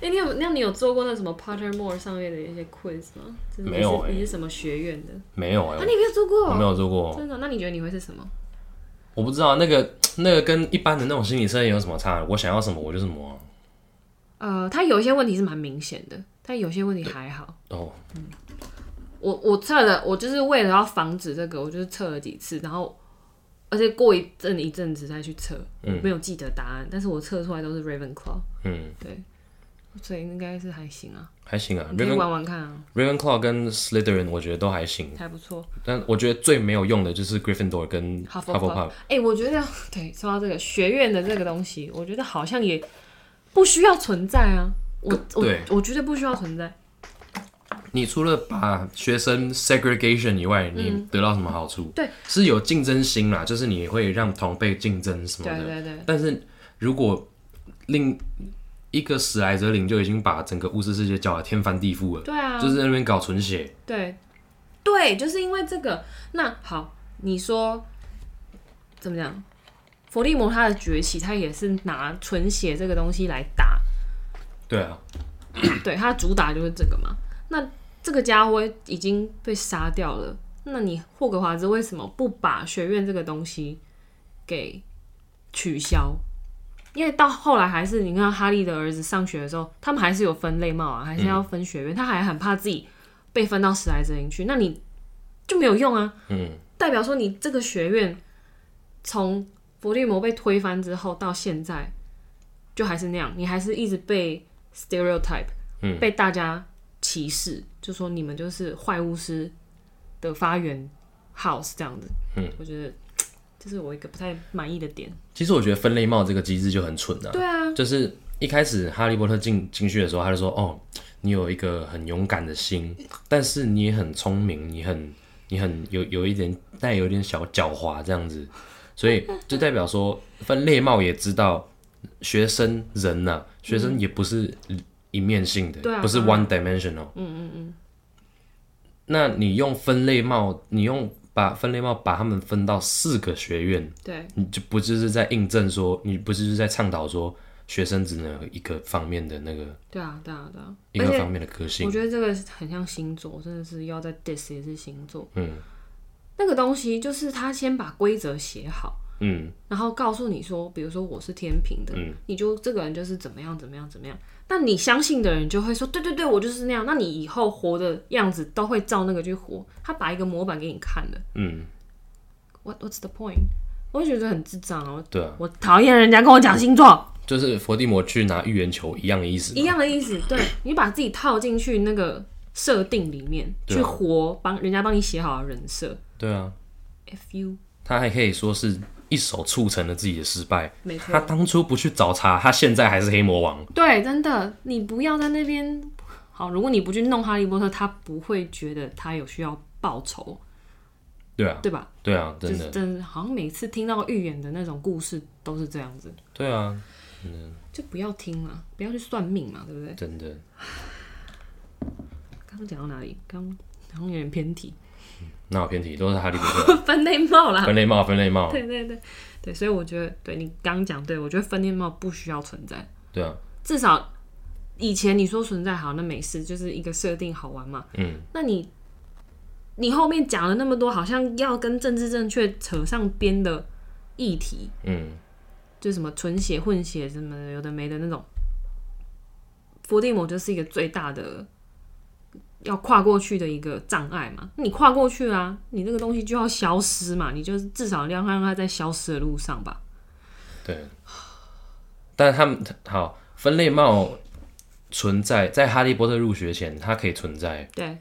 Speaker 2: 哎、你有那你有做过那什么 Pottermore 上面的一些 quiz 吗？就是你
Speaker 1: 没有
Speaker 2: 是
Speaker 1: 欸
Speaker 2: 你是什么学院的？
Speaker 1: 没有哎、
Speaker 2: 啊，你没有做
Speaker 1: 我没
Speaker 2: 过？
Speaker 1: 有做过，
Speaker 2: 真的？那你觉得你会是什么？
Speaker 1: 我不知道那个那个跟一般的那种心理测验有什么差？我想要什么我就什么啊、
Speaker 2: 呃，它有一些问题是蛮明显的，但有些问题还好。
Speaker 1: 哦，
Speaker 2: 我我测了，我就是为了要防止这个，我就是测了几次，然后而且过一阵一阵子再去测，我没有记得答案，但是我测出来都是 Ravenclaw，
Speaker 1: 嗯，
Speaker 2: 对，所以应该是还行啊，
Speaker 1: 还行啊
Speaker 2: 你可以
Speaker 1: ，Raven
Speaker 2: 玩玩看啊，
Speaker 1: Ravenclaw 跟 Slytherin 我觉得都还行。
Speaker 2: 还不错。
Speaker 1: 但我觉得最没有用的就是 Gryffindor 跟
Speaker 2: Hufflepuff
Speaker 1: Hufflepuff，
Speaker 2: 哎、我觉得 (laughs) 对，说到这个学院的这个东西，我觉得好像也不需要存在啊。我我
Speaker 1: 对
Speaker 2: 我觉得不需要存在。
Speaker 1: 你除了把学生 segregation 以外，你得到什么好处？
Speaker 2: 嗯对，
Speaker 1: 是有竞争心啦，就是你会让同辈竞争什么
Speaker 2: 对
Speaker 1: 的。
Speaker 2: 对对，
Speaker 1: 但是如果另一个史莱哲林就已经把整个巫师世界搅得天翻地覆了，
Speaker 2: 对啊，
Speaker 1: 就是在那边搞纯血，
Speaker 2: 对对，就是因为这个。那好，你说怎么讲？伏地魔他的崛起，他也是拿纯血这个东西来打
Speaker 1: 对啊，
Speaker 2: 对，它主打就是这个嘛。那这个家伙已经被杀掉了，那你霍格华兹为什么不把学院这个东西给取消？因为到后来还是你看哈利的儿子上学的时候，他们还是有分类帽啊，还是要分学院，他还很怕自己被分到史莱哲林去，那你就没有用啊。
Speaker 1: 嗯，
Speaker 2: 代表说你这个学院从伏地魔被推翻之后到现在，就还是那样，你还是一直被 stereotype，、
Speaker 1: 嗯
Speaker 2: 被大家歧视，就说你们就是坏巫师的发源 house 这样子。
Speaker 1: 嗯，
Speaker 2: 我觉得这是我一个不太满意的点。
Speaker 1: 其实我觉得分类帽这个机制就很蠢啊，
Speaker 2: 对啊，
Speaker 1: 就是一开始哈利波特进进去的时候，他就说：“哦，你有一个很勇敢的心，但是你也很聪明，你很你很有有一点带有一点小狡猾这样子，所以就代表说分类帽也知道学生人呐、学生也不是一面性的，
Speaker 2: 对啊
Speaker 1: 不是 one dimensional。嗯嗯嗯。那你用分类帽，你用把分类帽把他们分到四个学院，
Speaker 2: 对
Speaker 1: 你就不就是在印证说，你不就是在倡导说，学生只能有一个方面的那个
Speaker 2: 对啊，对啊，对啊。
Speaker 1: 一个方面的个性
Speaker 2: 我，觉得这个很像星座，真的是要在 dis 也是星座。
Speaker 1: 嗯，
Speaker 2: 那个东西就是他先把规则写好。
Speaker 1: 嗯，
Speaker 2: 然后告诉你说，比如说我是天平的，
Speaker 1: 嗯
Speaker 2: 你就这个人就是怎么样怎么样怎么样。那你相信的人就会说，对对对，我就是那样。那你以后活的样子都会照那个去活。他把一个模板给你看了
Speaker 1: 嗯，
Speaker 2: ，What What's the point？我就觉得很智障哦。
Speaker 1: 对啊，
Speaker 2: 我讨厌人家跟我讲星座，
Speaker 1: 就是伏地魔去拿预言球一样的意思
Speaker 2: 一，样的意思。对你把自己套进去那个设定里面
Speaker 1: 对啊
Speaker 2: 去活，帮人家帮你写好的人设。
Speaker 1: 对啊，
Speaker 2: F U，
Speaker 1: 他还可以说是一手促成了自己的失败。
Speaker 2: 没错
Speaker 1: 他。当初不去找茬，他现在还是黑魔王。
Speaker 2: 对，真的，你不要在那边。好，如果你不去弄哈利波特，他不会觉得他有需要报仇，
Speaker 1: 对啊，
Speaker 2: 对吧？
Speaker 1: 对啊，
Speaker 2: 就
Speaker 1: 真
Speaker 2: 是
Speaker 1: 的，
Speaker 2: 真的，好像每次听到预言的那种故事都是这样子，
Speaker 1: 对啊，
Speaker 2: 就不要听嘛，不要去算命嘛，对不对？
Speaker 1: 真的。
Speaker 2: 刚刚讲到哪里？刚好像有点偏题， (laughs)
Speaker 1: 那我偏题都是哈利波特
Speaker 2: 分类帽啦。
Speaker 1: 分类帽，分类帽，
Speaker 2: 对对对对，所以我觉得，对你刚讲，对我觉得分类帽不需要存在，
Speaker 1: 对啊，
Speaker 2: 至少以前你说存在好，那没事，就是一个设定好玩嘛。
Speaker 1: 嗯，
Speaker 2: 那你你后面讲了那么多，好像要跟政治正确扯上边的议题，
Speaker 1: 嗯，
Speaker 2: 就什么纯血、混血什么的有的没的那种，伏地魔就是一个最大的要跨过去的一个障碍嘛。那你跨过去啊，你这个东西就要消失嘛，你就是至少要让它在消失的路上吧。
Speaker 1: 对，但他们好分类帽存在在哈利波特入学前，它可以存在；
Speaker 2: 对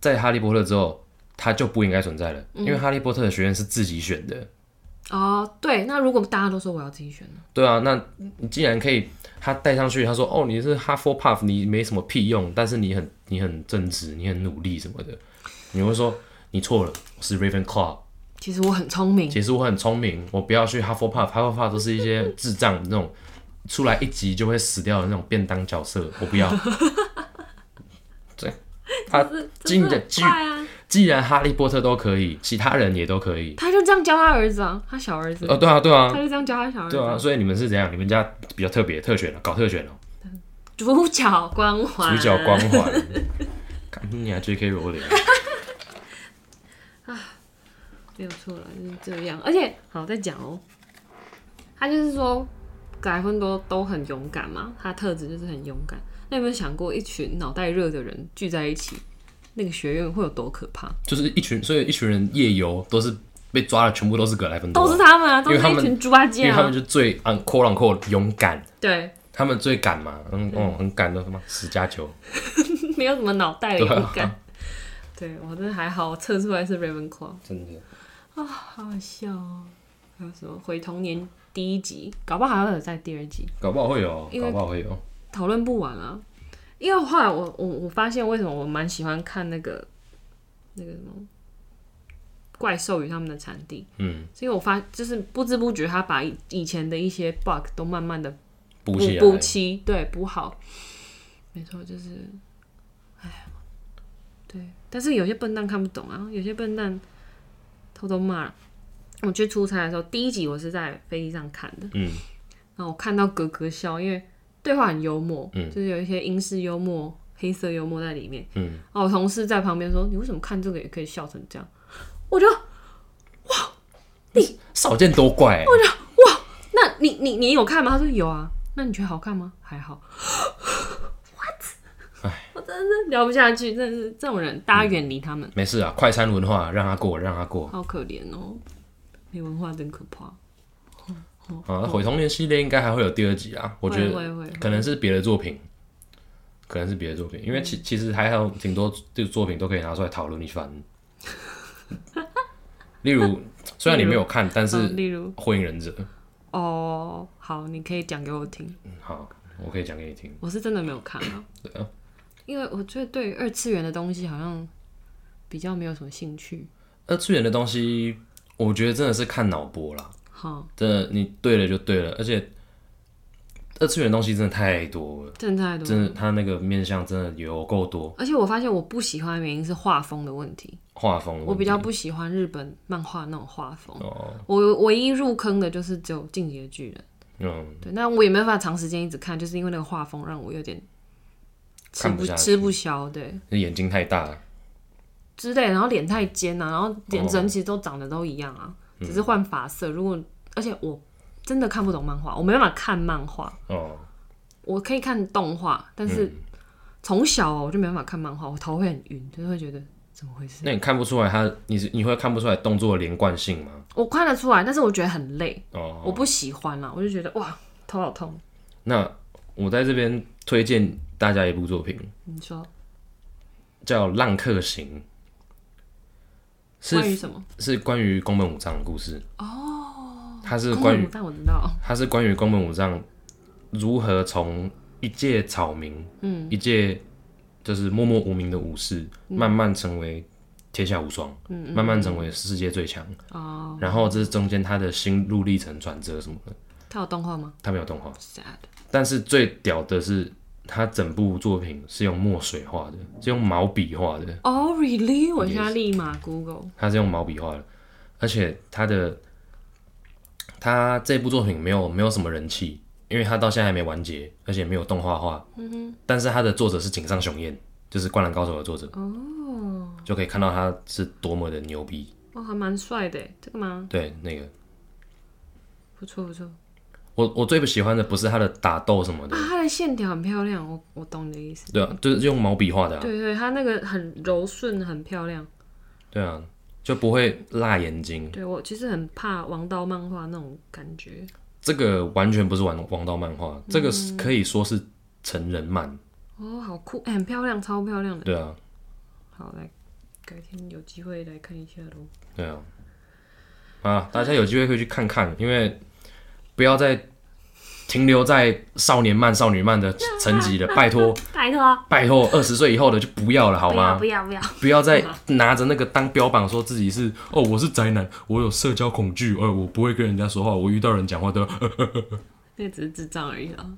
Speaker 1: 在哈利波特之后，它就不应该存在了，因为哈利波特的学院是自己选的。
Speaker 2: 哦，对，那如果大家都说我要自己选呢？
Speaker 1: 对啊，那你既然可以，他带上去，他说：“哦，你是哈佛 puff，你没什么屁用，但是你很你很正直，你很努力什么的。”你会说：“你错了，我是 Ravenclaw。
Speaker 2: 其实我很聪明，
Speaker 1: 其实我很聪明，我不要去哈佛 puff，哈佛 puff 都是一
Speaker 2: (laughs)
Speaker 1: 些智障那种，出来一集就会死掉的那种便当角色，我不
Speaker 2: (laughs)
Speaker 1: 要。”他
Speaker 2: 就是
Speaker 1: 进
Speaker 2: 真
Speaker 1: 的
Speaker 2: 的很
Speaker 1: 剧
Speaker 2: 快啊。
Speaker 1: 既然哈利波特都可以，其他人也都可以。
Speaker 2: 他就这样教他儿子啊，他小儿子，
Speaker 1: 哦，对啊，对
Speaker 2: 他
Speaker 1: 啊，
Speaker 2: 就这样教他小儿子
Speaker 1: 对啊，
Speaker 2: 啊。
Speaker 1: 所以你们是怎样？你们家比较特别，特权了，搞特权了，
Speaker 2: 主角光环，
Speaker 1: 主角光
Speaker 2: (laughs)
Speaker 1: 环。干你啊，J.K. 罗琳，
Speaker 2: 没有错了，就是这样。而且好再讲哦，他就是说格莱芬多都很勇敢嘛，他特质就是很勇敢。那有没有想过，一群脑袋热的人聚在一起，那个学院会有多可怕？
Speaker 1: 就是一群，所以一群人夜游都是被抓的，全部都是格莱芬多，
Speaker 2: 都是他们啊，都
Speaker 1: 因为他
Speaker 2: 是
Speaker 1: 们
Speaker 2: 一群猪八
Speaker 1: 因
Speaker 2: 戒
Speaker 1: 为他
Speaker 2: 啊
Speaker 1: 们！就最嗯 q u o t u n quote 勇敢，
Speaker 2: 对， (laughs)
Speaker 1: 他们最敢嘛，嗯哦，很敢的什么十加九，
Speaker 2: 没有什么脑袋的
Speaker 1: 对啊
Speaker 2: 勇敢。对我真的还好，我测出来是 Ravenclaw。
Speaker 1: 真的
Speaker 2: 好好笑哦！还有什么回童年第一集，搞不好还会有在第二集，
Speaker 1: 搞不好会有，
Speaker 2: 因为
Speaker 1: 搞不好会有，
Speaker 2: 讨论不完啊。因为后来我我我发现为什么我蛮喜欢看那个那个什么怪兽与他们的产地，
Speaker 1: 嗯，
Speaker 2: 是因为我发就是不知不觉他把以以前的一些 bug 都慢慢的
Speaker 1: 补啊
Speaker 2: 补
Speaker 1: 起
Speaker 2: 补
Speaker 1: 来，
Speaker 2: 齐，对补好。没错，就是，哎，对，但是有些笨蛋看不懂啊，有些笨蛋偷偷骂。我去出差的时候，第一集我是在飞机上看的，
Speaker 1: 嗯，
Speaker 2: 然后我看到咯咯笑，因为对话很幽默，就是有一些英式幽默、黑色幽默在里面。嗯，然后我同事在旁边说：“你为什么看这个也可以笑成这样？”我就
Speaker 1: 少见多怪、欸，
Speaker 2: 那你你你有看吗？他说有啊。那你觉得好看吗？还好。What？我真的是聊不下去，真的是这种人，大家远离他们，
Speaker 1: 没事啊，快餐文化让他过，让他过
Speaker 2: 好可怜哦。没文化真可怕。
Speaker 1: 啊。毁童年系列应该还会有第二集啊，我觉得
Speaker 2: 哦会会会
Speaker 1: 可能是别的作品，可能是别的作品，
Speaker 2: 嗯
Speaker 1: 因为其其实还有挺多这个作品都可以拿出来讨论一
Speaker 2: (laughs)
Speaker 1: 番。例如，虽然你没有看，但
Speaker 2: 嗯
Speaker 1: 是《
Speaker 2: 例如
Speaker 1: 火影忍者》
Speaker 2: 哦，好，你可以讲给我听。
Speaker 1: 嗯好，我可以讲给你听。
Speaker 2: 我是真的没有看啊，
Speaker 1: 对啊，
Speaker 2: 因为我觉得对于二次元的东西好像比较没有什么兴趣。
Speaker 1: 二次元的东西，我觉得真的是看脑波啦。
Speaker 2: 好，
Speaker 1: 真的，你对了就对了，而且二次元的东西真的太多了，
Speaker 2: 正太多。
Speaker 1: 真的，它那个面向真的有够多，
Speaker 2: 而且我发现我不喜欢的原因是画风的问题，
Speaker 1: 画风的
Speaker 2: 我
Speaker 1: 问
Speaker 2: 比
Speaker 1: 题
Speaker 2: 较不喜欢日本漫画那种画风。
Speaker 1: 哦，
Speaker 2: 我唯一入坑的就是只有《进击的巨人
Speaker 1: 嗯》，，
Speaker 2: 对，那我也没办法长时间一直看，就是因为那个画风让我有点吃
Speaker 1: 看不下去
Speaker 2: 吃不消，对
Speaker 1: 眼睛太大了，
Speaker 2: 之类，然后脸太尖啊，然后脸
Speaker 1: 哦嗯
Speaker 2: 人其实都长得都一样啊，只是换发色。如果而且我真的看不懂漫画，我没办法看漫画，
Speaker 1: 哦，
Speaker 2: 我可以看动画，但
Speaker 1: 嗯
Speaker 2: 是从小、哦我就没办法看漫画，我头会很晕，就是会觉得怎么回事？
Speaker 1: 那你看不出来它，你是你会看不出来动作的连贯性吗？
Speaker 2: 我看得出来，但是我觉得很累，
Speaker 1: 哦，
Speaker 2: 我不喜欢啊啦，我就觉得哇头好痛。
Speaker 1: 那我在这边推荐大家一部作品，
Speaker 2: 你说
Speaker 1: 叫《浪客行》，
Speaker 2: 关于
Speaker 1: 是
Speaker 2: 什么？
Speaker 1: 是关于宫本武藏的故事哦，它是
Speaker 2: 公
Speaker 1: 关于
Speaker 2: 主嗯但我知道。
Speaker 1: 它是关于宫本武藏如何从一介草民，嗯，一介就是默默无名的武士，慢慢成为天下无双，嗯慢慢成为世界最强。
Speaker 2: 哦，
Speaker 1: 然后这是中间他的心路历程、转折什么的，
Speaker 2: 它有动画吗
Speaker 1: 他没有动画，
Speaker 2: ？sad。
Speaker 1: 但是最屌的是。他整部作品是用墨水画的，是用毛笔画的，
Speaker 2: 哦、r e a l l y 我现在立马 Google。
Speaker 1: 他是用毛笔画的，而且他的他这部作品没有没有什么人气，因为他到现在还没完结，而且没有动画化。嗯哼。但是他的作者是井上雄彦，就是《灌篮高手》的作者。哦。就可以看到他是多么的牛逼。
Speaker 2: 哇，还蛮帅的耶，欸这个吗？
Speaker 1: 对，那个
Speaker 2: 不错不错啊，
Speaker 1: 我我最不喜欢的不是他的打斗什么的，
Speaker 2: 它的线条很漂亮，我我懂你的意思。
Speaker 1: 对啊，就是用毛笔画的、啊。
Speaker 2: 对对，它那个很柔顺，很漂亮。
Speaker 1: 对啊，就不会辣眼睛。
Speaker 2: 对我其实很怕王道漫画那种感觉。
Speaker 1: 这个完全不是王王道漫画，这个是可以说是成人漫。
Speaker 2: 哦，好酷，哎很漂亮，超漂亮的。
Speaker 1: 对啊，
Speaker 2: 好，来，改天有机会来看一下喽。
Speaker 1: 对啊，啊，大家有机会可以去看看，因为不要再停留在少年漫、少女漫的层级了，拜托，
Speaker 2: 拜托，
Speaker 1: 拜托，二十岁以后的就不要了，好
Speaker 2: 不要
Speaker 1: 吗
Speaker 2: 不？要不要， (laughs)
Speaker 1: 不要再拿着那个当标榜，说自己是哦，我是宅男，我有社交恐惧，呃，我不会跟人家说话，我遇到人讲话都
Speaker 2: 那只是智障而已啊。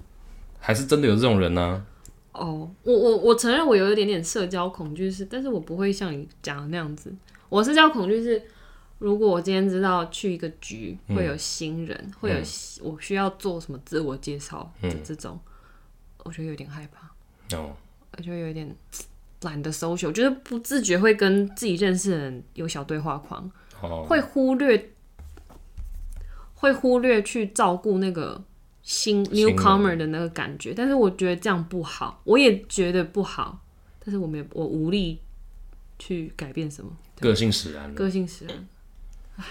Speaker 1: 还是真的有这种人呢、
Speaker 2: 哦，我我我承认我有一点点社交恐惧是，但是我不会像你讲的那样子。我社交恐惧是，如果我今天知道去一个局会有新人，会有我需要做什么自我介绍的这种，我觉得有点害怕，
Speaker 1: 哦，
Speaker 2: 我觉得有点懒得 social，就是不自觉会跟自己认识的人有小对话框，
Speaker 1: 哦，
Speaker 2: 会忽略会忽略去照顾那个新
Speaker 1: 新人
Speaker 2: newcomer 的那个感觉，但是我觉得这样不好，我也觉得不好，但是我没我无力去改变什么，
Speaker 1: 个性使然了，
Speaker 2: 个性使然，唉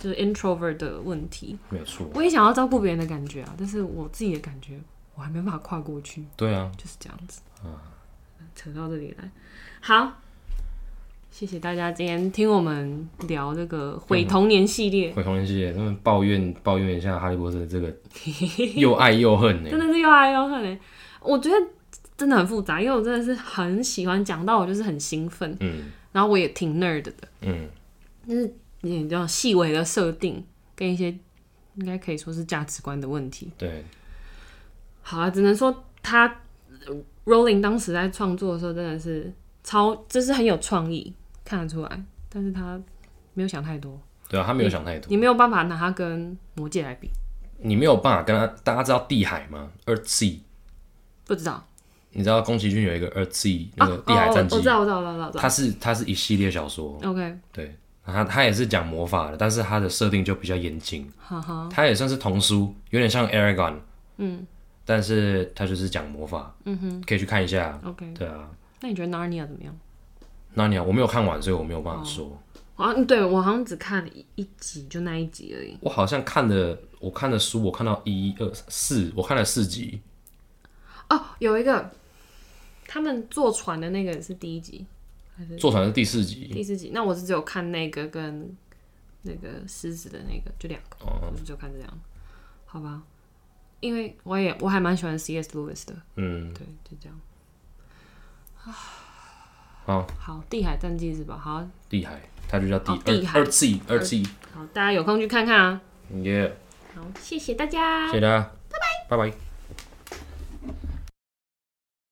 Speaker 2: 就是 introvert 的问题。
Speaker 1: 没有错，
Speaker 2: 我也想要照顾别人的感觉啊，但是我自己的感觉我还没办法跨过去，
Speaker 1: 对啊，
Speaker 2: 就是这样子。 (laughs) 扯到这里来，好。谢谢大家今天听我们聊这个毁童年系列，
Speaker 1: 回童年系列，他们抱怨抱怨一下《哈利波特》这个又爱又恨 (laughs) 呢、
Speaker 2: 真的是又爱又恨哎、我觉得真的很复杂，因为我真的是很喜欢讲到我就是很兴奋，
Speaker 1: 嗯
Speaker 2: 然后我也挺 nerd 的，
Speaker 1: 嗯。
Speaker 2: 就是你知道细微的设定跟一些应该可以说是价值观的问题。
Speaker 1: 对，
Speaker 2: 好啊，只能说他呃 Rowling 当时在创作的时候真的是超，就是很有创意，看得出来，但是他没有想太多，
Speaker 1: 对啊，他没有想太多，
Speaker 2: 你没有办法拿他跟魔戒来比，
Speaker 1: 你没有办法跟他，大家知道地海吗？二 G，
Speaker 2: 不知道
Speaker 1: 你知道宫崎骏有一个二 G 那
Speaker 2: 啊
Speaker 1: 个，
Speaker 2: 哦
Speaker 1: 地海战
Speaker 2: 我
Speaker 1: 记
Speaker 2: 知，道，我知道，我知道，我知道。
Speaker 1: 它是它是一系列小说，
Speaker 2: OK，
Speaker 1: 对，它它也是讲魔法的，但是它的设定就比较严谨，
Speaker 2: 哈哈，
Speaker 1: 它也算是童书，有点像 Aragon，嗯，但是它就是讲魔法，嗯哼，可以去看一下，
Speaker 2: OK
Speaker 1: 对啊，
Speaker 2: 那你觉得 Narnia 怎么样？
Speaker 1: 那你好啊我没有看完，所以我没有办法说，
Speaker 2: 啊，对我好像只看了一一集，就那一集而已。
Speaker 1: 我好像看的我看的书，我看到一二四，我看了四集，
Speaker 2: 哦，有一个他们坐船的那个是第一集，
Speaker 1: 坐船是第四集，
Speaker 2: 第四集。那我是只有看那个跟那个狮子的那个，就两个，
Speaker 1: 哦
Speaker 2: 我就只有看这两个，好吧？因为我也我还蛮喜欢 C.S. Lewis 的，
Speaker 1: 嗯，
Speaker 2: 对，就这样。
Speaker 1: 好，
Speaker 2: 好，《地海战记》是吧？好，
Speaker 1: 地海，它就叫
Speaker 2: 哦地
Speaker 1: 第
Speaker 2: 海
Speaker 1: 二二 G 二 G，
Speaker 2: 好，大家有空去看看啊。
Speaker 1: 耶，
Speaker 2: 好，谢谢大家。
Speaker 1: 谢谢大家，拜拜，拜拜。